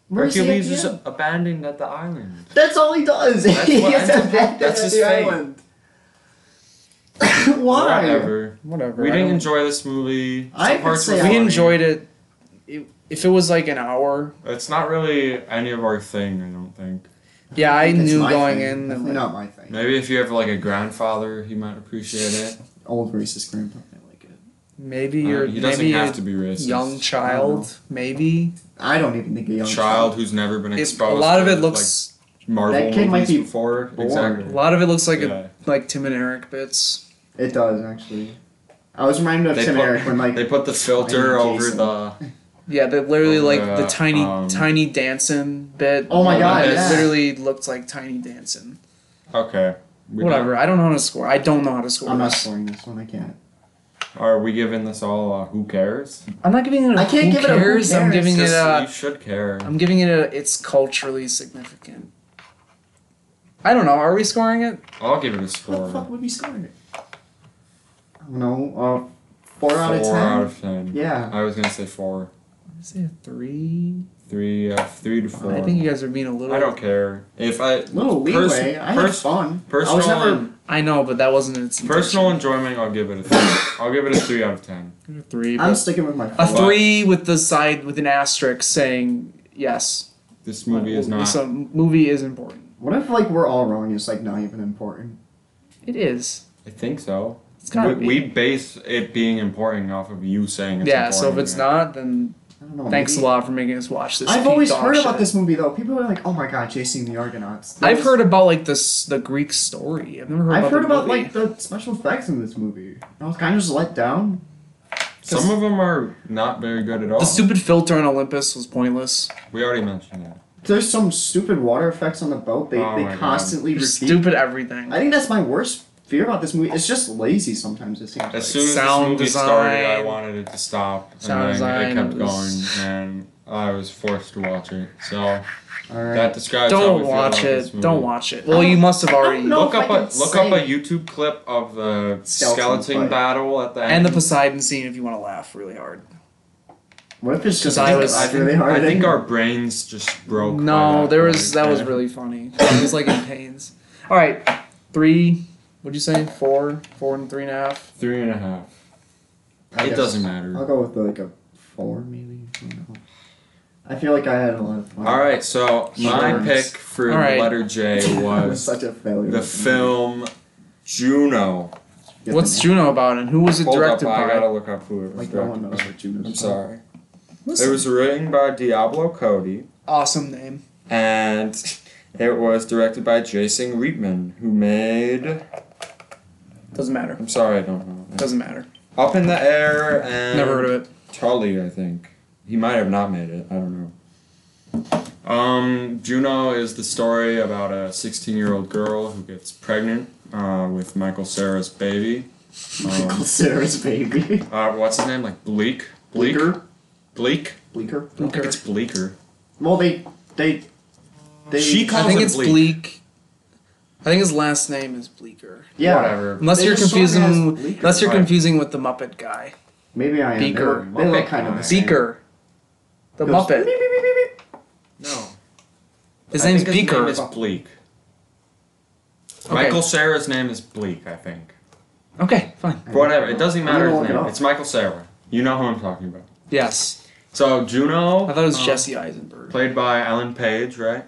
Speaker 1: Where's he at
Speaker 2: Hercules
Speaker 1: the
Speaker 2: is
Speaker 1: end?
Speaker 2: abandoned at the island.
Speaker 1: That's all he does.
Speaker 2: That's
Speaker 1: he
Speaker 2: what-
Speaker 1: gets
Speaker 2: that's-
Speaker 1: abandoned
Speaker 2: that's
Speaker 1: at
Speaker 2: his
Speaker 1: the
Speaker 2: fate.
Speaker 1: island. Why?
Speaker 2: Whatever.
Speaker 3: Whatever.
Speaker 2: We
Speaker 3: I
Speaker 2: didn't
Speaker 3: don't-
Speaker 2: enjoy this movie. Some
Speaker 1: I could
Speaker 2: parts
Speaker 1: say
Speaker 2: were
Speaker 1: I-
Speaker 3: We
Speaker 2: funny.
Speaker 3: enjoyed it. It- If it was like an hour,
Speaker 2: It's not really any of our thing. I don't think.
Speaker 3: yeah, I
Speaker 1: That's
Speaker 3: knew
Speaker 1: my
Speaker 3: going
Speaker 1: thing.
Speaker 3: in. That,
Speaker 1: Definitely
Speaker 3: like,
Speaker 1: not my thing.
Speaker 2: Maybe if you have like a grandfather, he might appreciate it.
Speaker 1: Old racist grandpa. I like it.
Speaker 3: Maybe
Speaker 2: Uh,
Speaker 3: you're
Speaker 2: he doesn't
Speaker 3: maybe
Speaker 2: have
Speaker 3: a
Speaker 2: to be racist.
Speaker 3: young child. Maybe
Speaker 1: I don't even think a young
Speaker 2: child who's never been
Speaker 3: If-
Speaker 2: exposed.
Speaker 3: a lot of
Speaker 2: to,
Speaker 3: it looks
Speaker 2: like, Marvel
Speaker 1: That kid might
Speaker 2: movies
Speaker 1: be
Speaker 2: before.
Speaker 1: bored.
Speaker 2: Exactly.
Speaker 3: a lot of it looks like
Speaker 2: Yeah.
Speaker 3: a, like Tim and Eric bits.
Speaker 1: It does actually. I was reminded of
Speaker 2: They
Speaker 1: Tim
Speaker 2: put-
Speaker 1: Eric when like
Speaker 2: They put the filter
Speaker 1: Jason.
Speaker 2: over the.
Speaker 3: Yeah, they literally
Speaker 2: Oh,
Speaker 3: like
Speaker 2: yeah,
Speaker 3: the tiny
Speaker 2: um,
Speaker 3: tiny dancing bit.
Speaker 1: Oh my
Speaker 3: Like,
Speaker 2: God,
Speaker 3: It
Speaker 2: yeah.
Speaker 3: literally looked like tiny dancing.
Speaker 2: Okay. We
Speaker 3: Whatever. I don't know how to score. I don't know how to score.
Speaker 1: I'm not
Speaker 3: this.
Speaker 1: scoring this one. I can't.
Speaker 2: Are we giving this all? Uh, who cares?
Speaker 3: I'm not giving it.
Speaker 1: I
Speaker 3: I
Speaker 1: can't
Speaker 3: who
Speaker 1: give it a who
Speaker 3: cares. I'm
Speaker 1: cares.
Speaker 3: giving it
Speaker 2: Just-
Speaker 3: a.
Speaker 2: you should care.
Speaker 3: I'm giving it a. It's culturally significant. I don't know. Are we scoring it?
Speaker 2: I'll give it a
Speaker 1: What the fuck
Speaker 2: score.
Speaker 1: would be scoring it? I don't know. Uh, four,
Speaker 2: Four
Speaker 1: out of ten.
Speaker 2: out of ten.
Speaker 1: yeah.
Speaker 2: I was gonna say four,
Speaker 3: I say a three.
Speaker 2: three, uh, three to four.
Speaker 3: I think you guys are being a little.
Speaker 2: I don't care if I
Speaker 1: Little leeway.
Speaker 2: Pers-
Speaker 1: I had
Speaker 2: pers-
Speaker 1: fun. I
Speaker 2: personal
Speaker 1: was never.
Speaker 2: and-
Speaker 3: I know, but that wasn't its intention.
Speaker 2: personal enjoyment. I'll give it a three. I'll give it a three out of ten.
Speaker 3: A three.
Speaker 1: I'm
Speaker 3: but-
Speaker 1: sticking with my.
Speaker 3: a
Speaker 1: four.
Speaker 2: Oh, Wow.
Speaker 3: three with the side with an asterisk saying yes.
Speaker 2: This movie is not.
Speaker 3: So movie is important.
Speaker 1: What if like we're all wrong? It's like not even important.
Speaker 3: It is.
Speaker 2: I think so.
Speaker 3: It's gotta
Speaker 2: we,
Speaker 3: be.
Speaker 2: we base it being important off of you saying it's
Speaker 3: yeah.
Speaker 2: important.
Speaker 3: So if it's not, then
Speaker 1: I don't know.
Speaker 3: thanks a
Speaker 1: maybe-
Speaker 3: lot for making us watch this.
Speaker 1: Oh, I've
Speaker 3: peak
Speaker 1: always
Speaker 3: dog
Speaker 1: heard about
Speaker 3: shit.
Speaker 1: this movie though. People are like, "Oh my god, chasing the Argonauts." That
Speaker 3: I've
Speaker 1: was-
Speaker 3: heard about like this the Greek story. I've never heard
Speaker 1: I've
Speaker 3: about
Speaker 1: heard
Speaker 3: the
Speaker 1: about
Speaker 3: movie.
Speaker 1: like the special effects in this movie. I was kind of just let down.
Speaker 2: Some of them are not very good at all.
Speaker 3: the stupid filter on Olympus was pointless.
Speaker 2: we already mentioned that.
Speaker 1: There's some stupid water effects on the boat. They,
Speaker 2: Oh my
Speaker 1: they
Speaker 2: God.
Speaker 1: constantly repeat.
Speaker 3: Stupid everything.
Speaker 1: I think that's my worst fear about this movie. It's just lazy sometimes. It seems. Like.
Speaker 2: As soon as
Speaker 3: sound
Speaker 2: this movie
Speaker 3: design.
Speaker 2: started, I wanted it to stop, and
Speaker 3: Sound
Speaker 2: then
Speaker 3: design
Speaker 2: it kept
Speaker 3: was-
Speaker 2: going, and I was forced to watch it. So
Speaker 1: All right.
Speaker 2: that describes how we
Speaker 3: Don't
Speaker 2: feel
Speaker 3: watch
Speaker 2: about this
Speaker 3: it.
Speaker 2: movie.
Speaker 3: Don't watch it. Well, you must have
Speaker 1: I don't
Speaker 3: already.
Speaker 1: know.
Speaker 2: Look
Speaker 1: if I
Speaker 2: up a
Speaker 1: can
Speaker 2: look up
Speaker 1: say-
Speaker 2: a YouTube clip of the
Speaker 1: Skeleton
Speaker 2: skeleton,
Speaker 1: fight.
Speaker 2: battle at the
Speaker 3: And
Speaker 2: end.
Speaker 3: the Poseidon scene, if you want to laugh really hard.
Speaker 1: what if it's just
Speaker 3: I was-
Speaker 1: it's
Speaker 2: I think,
Speaker 1: really hard?
Speaker 2: I think
Speaker 1: and-
Speaker 2: our brains just broke. by
Speaker 3: No,
Speaker 2: that
Speaker 3: there
Speaker 2: point,
Speaker 3: was that was
Speaker 2: yeah.
Speaker 3: really funny. It was like in pains. All right, three. What'd you say? Four, four and three and a half.
Speaker 2: three and a half.
Speaker 1: I
Speaker 2: it
Speaker 1: guess.
Speaker 2: doesn't matter.
Speaker 1: I'll go with like a four, maybe. I don't know. I feel like I had a lot of fun.
Speaker 2: All right, so my
Speaker 1: Sure.
Speaker 2: pick for
Speaker 3: All right.
Speaker 2: letter J
Speaker 1: I was
Speaker 2: was
Speaker 1: such a failure.
Speaker 2: the film Juno.
Speaker 1: Get
Speaker 3: What's
Speaker 1: the
Speaker 3: Juno about, and who was it
Speaker 2: Hold
Speaker 3: directed
Speaker 2: up, I
Speaker 3: by?
Speaker 2: gotta look up who it
Speaker 1: name.
Speaker 2: was
Speaker 1: Like no
Speaker 2: directed
Speaker 1: one knows
Speaker 2: by.
Speaker 1: what Juno's.
Speaker 2: I'm
Speaker 1: about.
Speaker 2: sorry. It
Speaker 3: Listen,
Speaker 2: was written by Diablo Cody,
Speaker 3: awesome name.
Speaker 2: and it was directed by Jason Reitman, who made.
Speaker 3: Doesn't matter.
Speaker 2: I'm sorry, I don't know.
Speaker 3: Doesn't matter.
Speaker 2: Up in the air and.
Speaker 3: Never heard of it.
Speaker 2: Tully, I think. He might have not made it. I don't know. Um, Juno is the story about a 16 year old girl who gets pregnant uh, with Michael Sarah's baby.
Speaker 1: Michael
Speaker 2: Um,
Speaker 1: Cera's baby.
Speaker 2: uh, what's his name? Like Bleak? Bleak?
Speaker 1: Bleaker.
Speaker 2: Bleak?
Speaker 1: Bleaker.
Speaker 2: I don't think it's Bleaker.
Speaker 1: Well, they they they.
Speaker 2: She
Speaker 3: I
Speaker 2: calls
Speaker 3: think
Speaker 2: it
Speaker 3: it's
Speaker 2: Bleak.
Speaker 3: Bleak. I think his last name is Bleaker.
Speaker 1: yeah.
Speaker 2: Whatever.
Speaker 3: Unless
Speaker 1: They
Speaker 3: you're
Speaker 1: just saw him
Speaker 3: confusing,
Speaker 1: as Bleaker.
Speaker 3: unless you're
Speaker 2: Right.
Speaker 3: confusing with the Muppet guy,
Speaker 1: Maybe I am. They
Speaker 3: Beaker.
Speaker 1: look, they look kind of the
Speaker 2: Muppet.
Speaker 1: same.
Speaker 3: Beaker, the
Speaker 1: Goes
Speaker 3: Muppet.
Speaker 1: beep, beep, beep, beep, beep.
Speaker 2: No.
Speaker 3: His
Speaker 2: I
Speaker 3: name's
Speaker 2: think
Speaker 3: Beaker.
Speaker 2: Name is Bleak.
Speaker 3: Okay.
Speaker 2: Michael Sarah's name is Bleak, I think.
Speaker 3: okay, fine.
Speaker 2: Whatever, it doesn't
Speaker 1: I'm
Speaker 2: matter
Speaker 1: gonna
Speaker 2: his
Speaker 1: look it
Speaker 2: name.
Speaker 1: up.
Speaker 2: It's Michael Sarah. You know who I'm talking about.
Speaker 3: Yes.
Speaker 2: So Juno.
Speaker 3: I thought it was
Speaker 2: um,
Speaker 3: Jesse Eisenberg.
Speaker 2: Played by Alan Page, right?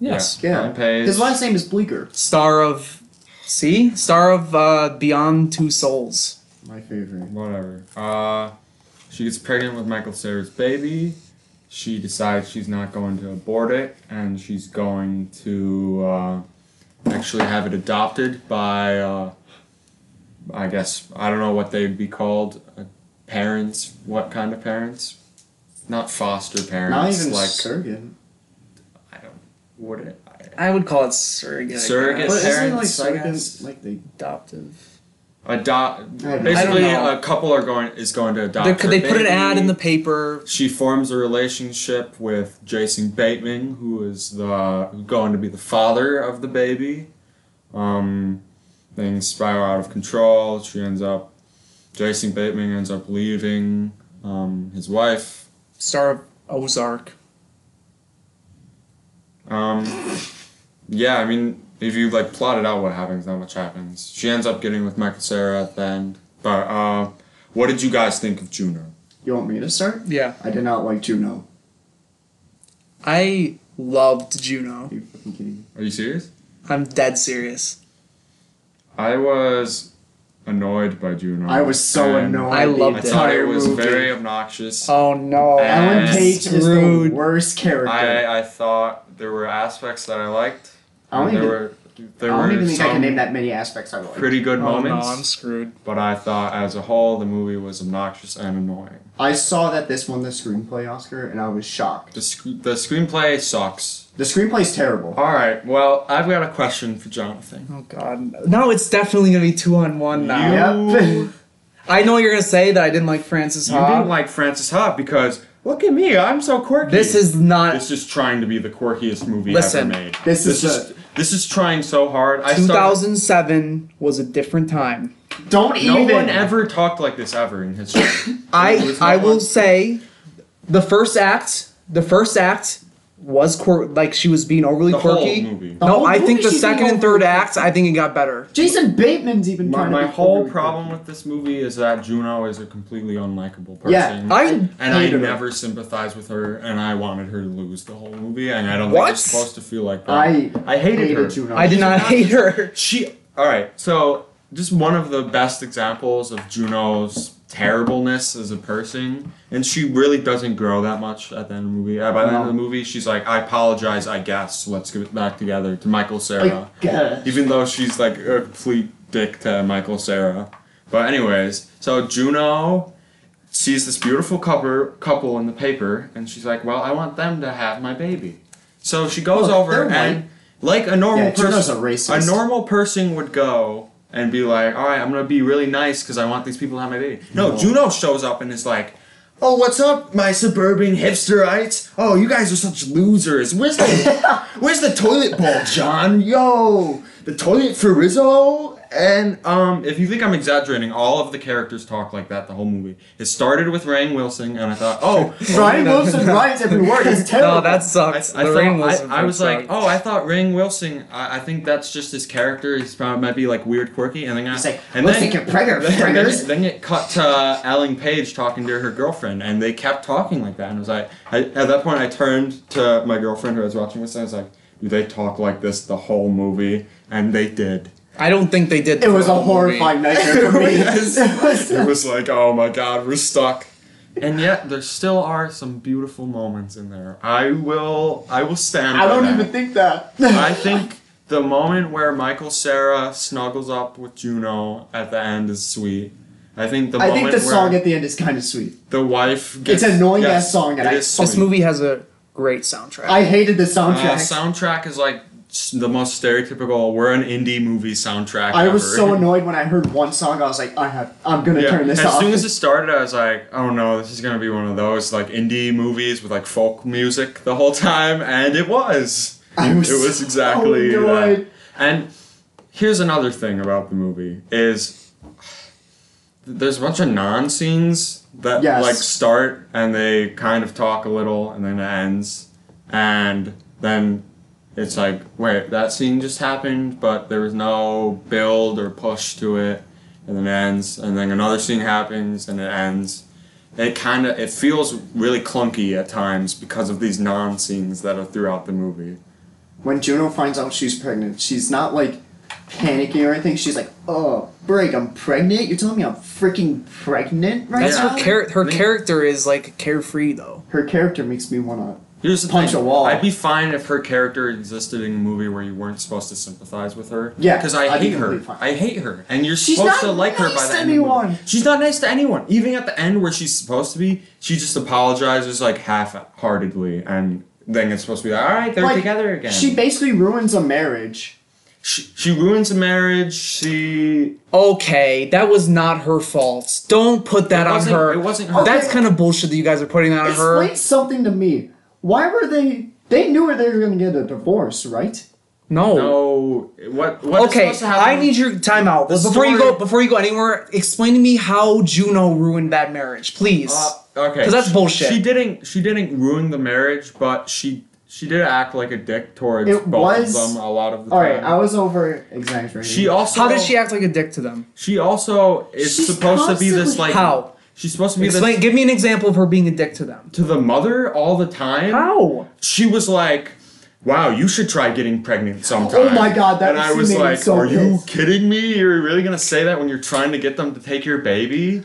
Speaker 3: Yes.
Speaker 1: Yeah.
Speaker 2: Alan Page.
Speaker 1: His last name is Bleeker.
Speaker 3: Star of. See? Star of uh, Beyond Two Souls.
Speaker 1: My favorite.
Speaker 2: Whatever. Uh, she gets pregnant with Michael Sarah's baby. She decides she's not going to abort it, and she's going to uh, actually have it adopted by, uh, I guess, I don't know what they'd be called. Uh, parents. What kind of parents? Not foster
Speaker 1: Not
Speaker 2: parents.
Speaker 1: even
Speaker 2: like,
Speaker 1: surrogate.
Speaker 2: I don't. Would it? I,
Speaker 3: I would call it surrogate. I
Speaker 2: Surrogate
Speaker 1: But
Speaker 3: guess.
Speaker 1: isn't it like
Speaker 2: parents, I
Speaker 1: surrogate
Speaker 2: guess.
Speaker 1: like they
Speaker 3: Adoptive.
Speaker 2: adopt.
Speaker 1: I don't know.
Speaker 2: Basically,
Speaker 3: I don't know.
Speaker 2: a couple are going is going to adopt.
Speaker 3: They, could
Speaker 2: her
Speaker 3: they put an ad
Speaker 2: baby.
Speaker 3: in the paper.
Speaker 2: She forms a relationship with Jason Bateman, who is the who's going to be the father of the baby. Um, things spiral out of control. She ends up. Jason Bateman ends up leaving um, his wife.
Speaker 3: Star of Ozark.
Speaker 2: Um, yeah, I mean, if you like plot it out, what happens? Not much happens. She ends up getting with Michael Sarah at the end. But uh, what did you guys think of Juno?
Speaker 1: You want me to start?
Speaker 3: Yeah.
Speaker 1: I did not like Juno.
Speaker 3: I loved Juno.
Speaker 1: Are you fucking kidding me?
Speaker 2: Are you serious?
Speaker 3: I'm dead serious.
Speaker 2: I was annoyed by Juno.
Speaker 1: I was so
Speaker 2: and
Speaker 1: annoyed.
Speaker 3: I
Speaker 1: the
Speaker 3: loved
Speaker 2: I
Speaker 3: it.
Speaker 2: thought it
Speaker 1: entire
Speaker 2: was
Speaker 1: movie.
Speaker 2: very obnoxious.
Speaker 3: Oh no.
Speaker 1: Ellen
Speaker 2: And-
Speaker 1: Page is the
Speaker 3: Screwed.
Speaker 1: worst character. I,
Speaker 2: I, I thought there were aspects that I liked.
Speaker 1: don't
Speaker 2: there
Speaker 1: even,
Speaker 2: were there
Speaker 1: I don't
Speaker 2: were
Speaker 1: even think I can
Speaker 2: some
Speaker 1: name that many aspects I like.
Speaker 2: pretty good
Speaker 3: Oh no,
Speaker 2: moments,
Speaker 3: I'm screwed.
Speaker 2: but I thought as a whole the movie was obnoxious and annoying.
Speaker 1: I saw that this won the screenplay Oscar, and I was shocked.
Speaker 2: The sc- the screenplay sucks.
Speaker 1: The screenplay's terrible.
Speaker 2: All right, well I've got a question for Jonathan.
Speaker 3: Oh god. No, it's definitely gonna be two on one now.
Speaker 2: You-
Speaker 1: Yep.
Speaker 3: I know you're gonna say that I didn't like Francis
Speaker 2: You didn't
Speaker 3: Ha.
Speaker 2: like Francis Ha because look at me, I'm so quirky.
Speaker 3: This is not
Speaker 2: This is trying to be the quirkiest movie
Speaker 3: Listen,
Speaker 2: ever made.
Speaker 1: this is
Speaker 2: this is, this is trying so hard. I started-
Speaker 3: 2007 was a different time.
Speaker 1: Don't
Speaker 2: No
Speaker 1: even.
Speaker 2: one ever talked like this ever in history. There
Speaker 3: I
Speaker 2: was no
Speaker 3: I
Speaker 2: one-
Speaker 3: will say, the first act, the first act was quir- like she was being overly
Speaker 2: The whole
Speaker 3: quirky.
Speaker 2: movie.
Speaker 1: The
Speaker 3: No,
Speaker 1: whole
Speaker 3: I think
Speaker 1: movie
Speaker 3: the
Speaker 1: she's being
Speaker 3: second and
Speaker 1: overly
Speaker 3: third acts, I think it got better.
Speaker 1: Jason Bateman's even
Speaker 2: My,
Speaker 1: trying to
Speaker 2: my
Speaker 1: be
Speaker 2: whole
Speaker 1: overly
Speaker 2: problem
Speaker 1: quirky.
Speaker 2: with this movie is that Juno is a completely unlikable person.
Speaker 1: Yeah,
Speaker 3: I
Speaker 2: and I
Speaker 1: hated her.
Speaker 2: never sympathized with her, and I wanted her to lose the whole movie, and I don't think
Speaker 3: What?
Speaker 2: it's supposed to feel like that.
Speaker 1: I
Speaker 2: I hated, her.
Speaker 1: Juno.
Speaker 3: I did not
Speaker 2: not-
Speaker 3: hate her.
Speaker 2: She. All right, so just one of the best examples of Juno's terribleness as a person, and she really doesn't grow that much at the end of the movie. Uh, By the end of the movie, she's like, "I apologize, I guess. Let's get back together." To Michael Sarah.
Speaker 1: I guess.
Speaker 2: even though she's like a complete dick to Michael Sarah. But anyways, so Juno sees this beautiful couple couple in the paper, and she's like, "Well, I want them to have my baby." So she goes
Speaker 1: Oh,
Speaker 2: over
Speaker 1: they're
Speaker 2: and, like a normal
Speaker 1: Yeah, Juno's
Speaker 2: person,
Speaker 1: a racist.
Speaker 2: normal person would go and be like, "All right, I'm gonna be really nice because I want these people to have my baby." No,
Speaker 1: No.
Speaker 2: Juno shows up and is like. Oh, what's up, my suburban hipsterites? Oh, you guys are such losers. Where's the, where's the toilet bowl, John? Yo, the toilet for Rizzo. And um, if you think I'm exaggerating, all of the characters talk like that the whole movie. It started with Rang Wilson, and I thought, oh,
Speaker 1: Brian Wilson writes every word. It's terrible.
Speaker 3: No, that
Speaker 2: I, I,
Speaker 3: sucks.
Speaker 2: thought,
Speaker 3: Lorraine
Speaker 2: I-
Speaker 3: Wilson
Speaker 2: I was
Speaker 3: sucked.
Speaker 2: like, oh, I thought Ring Wilson. I, I think that's just his character. He's probably might be like weird, quirky, and then I,
Speaker 1: It's like,
Speaker 2: and
Speaker 1: let's
Speaker 2: then,
Speaker 1: take a prayer,
Speaker 2: then, then,
Speaker 1: friggers.
Speaker 2: it, then it cut to uh, Alan Page talking to her girlfriend, and they kept talking like that. And it was like, I, at that point, I turned to my girlfriend who I was watching with, and I was like, do they talk like this the whole movie? And they did.
Speaker 3: I don't think they did.
Speaker 1: it was a
Speaker 3: the whole movie.
Speaker 1: horrifying nightmare for me.
Speaker 2: Yes.
Speaker 1: It was-
Speaker 2: It was like, oh my god, we're stuck. And yet, there still are some beautiful moments in there. I will, I will stand.
Speaker 1: I
Speaker 2: by
Speaker 1: don't
Speaker 2: that.
Speaker 1: even think that.
Speaker 2: I think the moment where Michael Sarah snuggles up with Juno at the end is sweet. I think the
Speaker 1: I
Speaker 2: moment
Speaker 1: think the
Speaker 2: where
Speaker 1: song at the end is kind of sweet.
Speaker 2: the wife gets
Speaker 1: an annoying
Speaker 2: yes,
Speaker 1: ass song and
Speaker 2: it
Speaker 1: I
Speaker 2: is
Speaker 3: This
Speaker 2: sweet.
Speaker 3: movie has a great soundtrack.
Speaker 1: I hated the
Speaker 2: Uh,
Speaker 1: soundtrack.
Speaker 2: soundtrack is like s- the most stereotypical. We're an indie movie soundtrack.
Speaker 1: I was
Speaker 2: ever.
Speaker 1: so annoyed when I heard one song. I was like, I have, I'm gonna
Speaker 2: Yeah.
Speaker 1: turn this
Speaker 2: as
Speaker 1: off.
Speaker 2: soon as it started, I was like, "Oh no, this is gonna be one of those like indie movies with like folk music the whole time," and it was.
Speaker 1: I was
Speaker 2: it was
Speaker 1: so
Speaker 2: exactly that.
Speaker 1: annoyed.
Speaker 2: And here's another thing about the movie is there's a bunch of non scenes that
Speaker 1: Yes.
Speaker 2: like start and they kind of talk a little and then it ends and then It's like, wait, that scene just happened, but there was no build or push to it, and then it ends, and then another scene happens, and it ends. It kind of it feels really clunky at times because of these non scenes that are throughout the movie.
Speaker 1: When Juno finds out she's pregnant, she's not like panicking or anything. She's like, "Oh, break! I'm pregnant. You're telling me I'm freaking pregnant right
Speaker 3: That's
Speaker 1: now."
Speaker 3: her char- her
Speaker 2: Yeah.
Speaker 3: character is like carefree though.
Speaker 1: Her character makes me wanna.
Speaker 2: Here's the
Speaker 1: Punch
Speaker 2: thing.
Speaker 1: a wall.
Speaker 2: I'd be fine if her character existed in a movie where you weren't supposed to sympathize with her.
Speaker 1: Yeah,
Speaker 2: because I
Speaker 1: I'd be
Speaker 2: hate her.
Speaker 1: completely fine.
Speaker 2: I hate her, and you're
Speaker 1: She's
Speaker 2: supposed
Speaker 1: not
Speaker 2: to like her by
Speaker 1: nice
Speaker 2: the
Speaker 1: to
Speaker 2: end. of the movie.
Speaker 1: anyone.
Speaker 2: She's not nice to anyone. Even at the end where she's supposed to be, she just apologizes like half-heartedly, and then it's supposed to be like, all right, they're
Speaker 1: Like,
Speaker 2: together again.
Speaker 1: She basically ruins a marriage.
Speaker 2: she she ruins a marriage. She
Speaker 3: Okay, that was not her fault. Don't put
Speaker 2: It
Speaker 3: that on
Speaker 2: wasn't-
Speaker 3: her.
Speaker 2: it wasn't her
Speaker 3: That's
Speaker 1: fault.
Speaker 3: kind of bullshit that you guys are putting that on
Speaker 1: Explain
Speaker 3: her.
Speaker 1: something to me. Why were they? They knew they were gonna get a divorce, right?
Speaker 3: No.
Speaker 2: no what what is
Speaker 3: Okay,
Speaker 2: supposed to happen?
Speaker 3: I need your timeout.
Speaker 2: The
Speaker 3: Before you
Speaker 2: story-
Speaker 3: go, before you go anywhere, explain to me how Juno ruined that marriage, please.
Speaker 2: Uh, okay.
Speaker 3: 'Cause that's
Speaker 2: She-
Speaker 3: bullshit.
Speaker 2: She didn't. She didn't ruin the marriage, but she she did act like a dick towards
Speaker 1: It
Speaker 2: both
Speaker 1: was-
Speaker 2: of them a lot of the
Speaker 1: All
Speaker 2: time.
Speaker 1: right, I was over exaggerating.
Speaker 2: she also.
Speaker 3: how did she act like a dick to them?
Speaker 2: She also is
Speaker 1: She's
Speaker 2: supposed to be this
Speaker 1: constantly-
Speaker 2: like.
Speaker 3: How?
Speaker 2: She's supposed to be
Speaker 3: Explain.
Speaker 2: this
Speaker 3: Give me an example of her being a dick to them.
Speaker 2: to the mother all the time.
Speaker 3: How?
Speaker 2: She was like. Wow, you should try getting pregnant sometime.
Speaker 1: Oh my God, that
Speaker 2: and I
Speaker 1: scene
Speaker 2: was
Speaker 1: made me
Speaker 2: like,
Speaker 1: so
Speaker 2: "Are you
Speaker 1: pissed.
Speaker 2: kidding me? You're really gonna say that when you're trying to get them to take your baby?"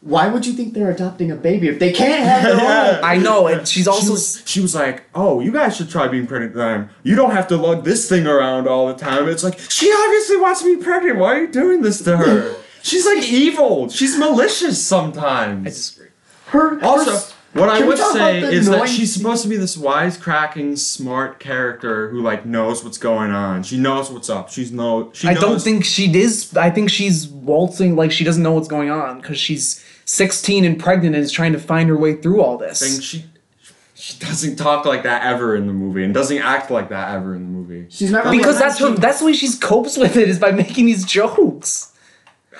Speaker 1: Why would you think they're adopting a baby if they can't have their own?
Speaker 3: I know, and she's
Speaker 2: she
Speaker 3: also
Speaker 2: was, she was like, "Oh, you guys should try being pregnant time. You don't have to lug this thing around all the time." It's like she obviously wants to be pregnant. Why are you doing this to her? She's like evil. She's malicious sometimes.
Speaker 3: I disagree.
Speaker 1: Her
Speaker 2: also, what I
Speaker 1: Can we
Speaker 2: would
Speaker 1: talk
Speaker 2: say
Speaker 1: about the
Speaker 2: is that
Speaker 1: annoying-
Speaker 2: she's supposed to be this wisecracking, smart character who like knows what's going on. She knows what's up. She's no. She
Speaker 3: I
Speaker 2: knows,
Speaker 3: don't think she is. I think she's waltzing like she doesn't know what's going on because she's 16 and pregnant and is trying to find her way through all this.
Speaker 2: think she. She doesn't talk like that ever in the movie, and doesn't act like that ever in the movie.
Speaker 1: she's never
Speaker 3: because that's
Speaker 1: what
Speaker 3: what that's the way she's copes with it is by making these jokes.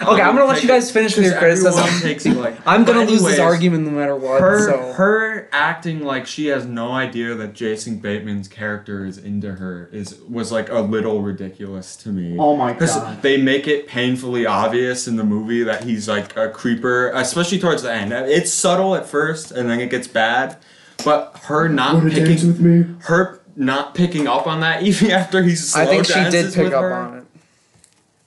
Speaker 3: Okay, I'm gonna let you guys finish with your
Speaker 2: Because
Speaker 3: criticism.
Speaker 2: everyone takes it like-
Speaker 3: I'm gonna
Speaker 2: But
Speaker 3: lose this
Speaker 2: anyways,
Speaker 3: argument no matter what.
Speaker 2: Her,
Speaker 3: so
Speaker 2: her acting like she has no idea that Jason Bateman's character is into her is was like a little ridiculous to me.
Speaker 1: Oh my
Speaker 2: 'Cause
Speaker 1: God.
Speaker 2: They make it painfully obvious in the movie that he's like a creeper, especially towards the end. It's subtle at first, and then it gets bad. But her not
Speaker 1: Wanna dance
Speaker 2: picking
Speaker 1: with me?
Speaker 2: her not picking up on that even after he's slow
Speaker 3: I think she did
Speaker 2: dances
Speaker 3: pick
Speaker 2: with
Speaker 3: up
Speaker 2: her,
Speaker 3: on it.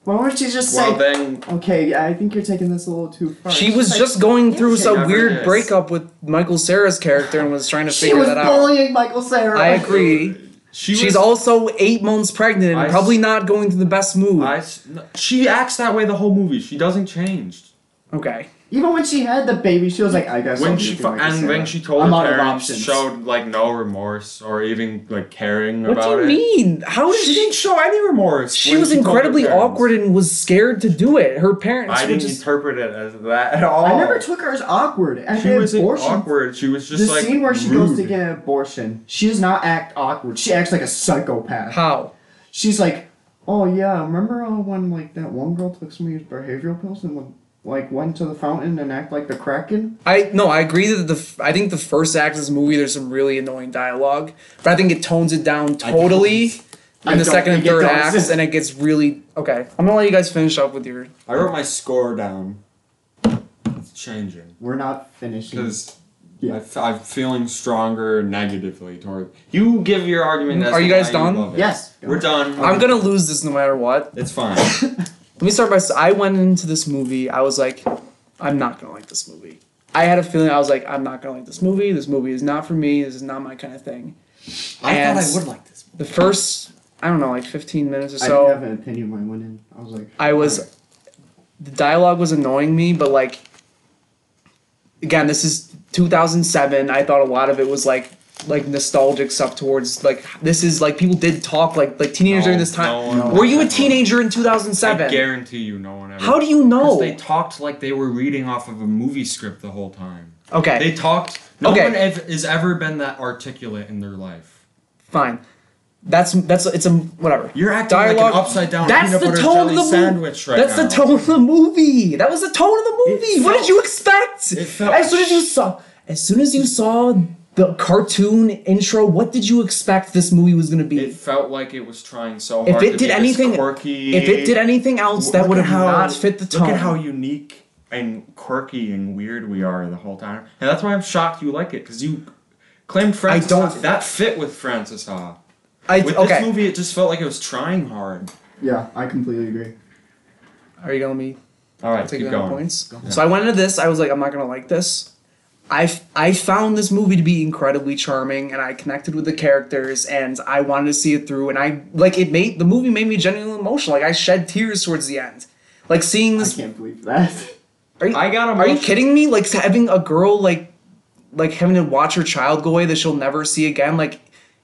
Speaker 1: Why would not she just
Speaker 2: Well
Speaker 1: say?
Speaker 2: then,
Speaker 1: Okay, I think you're taking this a little too far.
Speaker 3: She was
Speaker 1: Like,
Speaker 3: just going through
Speaker 1: she
Speaker 3: some
Speaker 2: never
Speaker 3: weird
Speaker 2: is.
Speaker 3: breakup with Michael Sarah's character and was trying to
Speaker 1: She
Speaker 3: figure
Speaker 1: was
Speaker 3: that out.
Speaker 1: bullying Michael Sarah.
Speaker 3: I agree.
Speaker 2: she
Speaker 3: She's
Speaker 2: was,
Speaker 3: also eight months pregnant and
Speaker 2: I s-
Speaker 3: probably not going through the best mood.
Speaker 2: I s- no, she acts that way the whole movie. She doesn't change.
Speaker 3: okay.
Speaker 1: Even when she had the baby, she was like, "I guess." I'll
Speaker 2: when
Speaker 1: be
Speaker 2: she
Speaker 1: with
Speaker 2: fu-
Speaker 1: Michael
Speaker 2: and
Speaker 1: Cera.
Speaker 2: when she told
Speaker 1: I'm
Speaker 2: her
Speaker 1: out of
Speaker 2: parents,
Speaker 1: options.
Speaker 2: showed like no remorse or even like caring
Speaker 3: What do
Speaker 2: about
Speaker 3: you
Speaker 2: it. Oh,
Speaker 3: mean? How did
Speaker 2: She
Speaker 3: she?
Speaker 2: didn't show any remorse.
Speaker 3: She
Speaker 2: when
Speaker 3: was
Speaker 2: told her
Speaker 3: incredibly
Speaker 2: parents.
Speaker 3: awkward and was scared to do it. Her parents
Speaker 2: I
Speaker 3: were
Speaker 2: didn't
Speaker 3: just.
Speaker 2: interpret it as that at all.
Speaker 1: I never took her as awkward. At
Speaker 2: Oh. She
Speaker 1: the
Speaker 2: was
Speaker 1: abortion,
Speaker 2: awkward. She was just
Speaker 1: the
Speaker 2: like
Speaker 1: scene where she
Speaker 2: rude.
Speaker 1: goes to get an abortion, she does not act awkward. She acts like a psychopath.
Speaker 3: How?
Speaker 1: She's like, "Oh yeah, remember uh, when like that one girl took some of these behavioral pills and like went to the fountain and act like the Kraken?"
Speaker 3: I no, I agree that the f- I think the first act of this movie there's some really annoying dialogue, but I think it tones it down totally
Speaker 1: I
Speaker 3: in the
Speaker 1: don't
Speaker 3: second and
Speaker 1: think it
Speaker 3: third
Speaker 1: does.
Speaker 3: acts, and it gets really okay. I'm gonna let you guys finish up with your.
Speaker 2: I wrote my score down. It's changing
Speaker 1: We're not finishing.
Speaker 2: because.
Speaker 1: Yeah.
Speaker 2: I f- I'm feeling stronger negatively toward you. Give your
Speaker 1: Mm,
Speaker 2: argument. As
Speaker 3: Are
Speaker 2: to
Speaker 3: you guys
Speaker 2: why
Speaker 3: done?
Speaker 2: love it.
Speaker 1: Yes.
Speaker 2: we're done.
Speaker 3: I'm gonna lose this no matter what.
Speaker 2: It's fine.
Speaker 3: Let me start by s- I went into this movie. I was like, I'm not gonna like this movie. I had a feeling I was like, I'm not gonna like this movie. This movie is not for me. This is not my kind of thing.
Speaker 2: I
Speaker 3: And-
Speaker 2: thought I would like this.
Speaker 3: The first, I don't know, like 15 minutes or
Speaker 1: I
Speaker 3: so.
Speaker 1: didn't have an opinion when I went in. I was like,
Speaker 3: I was the dialogue was annoying me, but like again, this is 2007. I thought a lot of it was like like nostalgic stuff towards like this is like people did talk like like teenagers
Speaker 2: No,
Speaker 3: during this time.
Speaker 2: no one-
Speaker 3: Were you a teenager in
Speaker 2: I
Speaker 3: 2007?
Speaker 2: guarantee you, no one ever.
Speaker 3: How do you
Speaker 2: Because
Speaker 3: know?
Speaker 2: they talked like they were reading off of a movie script the whole time.
Speaker 3: okay,
Speaker 2: They talked. No
Speaker 3: Okay.
Speaker 2: one ev- has ever been that articulate in their life.
Speaker 3: fine. That's that's it's a whatever.
Speaker 2: You're acting like an upside down
Speaker 3: That's
Speaker 2: peanut
Speaker 3: the
Speaker 2: butter
Speaker 3: tone
Speaker 2: jelly
Speaker 3: of the movie.
Speaker 2: sandwich right
Speaker 3: That's
Speaker 2: now.
Speaker 3: the tone of the movie. That was the tone of the movie. what
Speaker 2: felt-
Speaker 3: did you expect?
Speaker 2: it felt-
Speaker 3: as soon as you saw, as soon as you saw the cartoon intro. What did you expect this movie was going to be?
Speaker 2: It felt like it was trying so
Speaker 3: If
Speaker 2: hard.
Speaker 3: it
Speaker 2: to
Speaker 3: did
Speaker 2: be
Speaker 3: anything-
Speaker 2: this quirky.
Speaker 3: if it did anything else,
Speaker 2: Look
Speaker 3: that would
Speaker 2: at
Speaker 3: have
Speaker 2: how-
Speaker 3: not fit the tone.
Speaker 2: Look at how unique and quirky and weird we are the whole time, and that's why I'm shocked you like it because you claimed Francis.
Speaker 3: don't-
Speaker 2: Ha. That fit with Francis Ha.
Speaker 3: I,
Speaker 2: With
Speaker 3: okay.
Speaker 2: this movie, it just felt like it was trying hard.
Speaker 1: Yeah, I completely agree.
Speaker 3: Are you going to let me
Speaker 2: All right,
Speaker 3: take
Speaker 2: keep
Speaker 3: the
Speaker 2: going.
Speaker 3: points?
Speaker 2: Yeah.
Speaker 3: So I went into this. I was like, I'm not going to like this. I, f- I found this movie to be incredibly charming and I connected with the characters and I wanted to see it through and I like it made the movie made me genuinely emotional like I shed tears towards the end like seeing
Speaker 1: I
Speaker 3: this
Speaker 1: can't believe that.
Speaker 3: Are you,
Speaker 2: I got
Speaker 3: Are you
Speaker 2: emotional.
Speaker 3: kidding me? Like having a girl like like having to watch her child go away that she'll never see again. Like,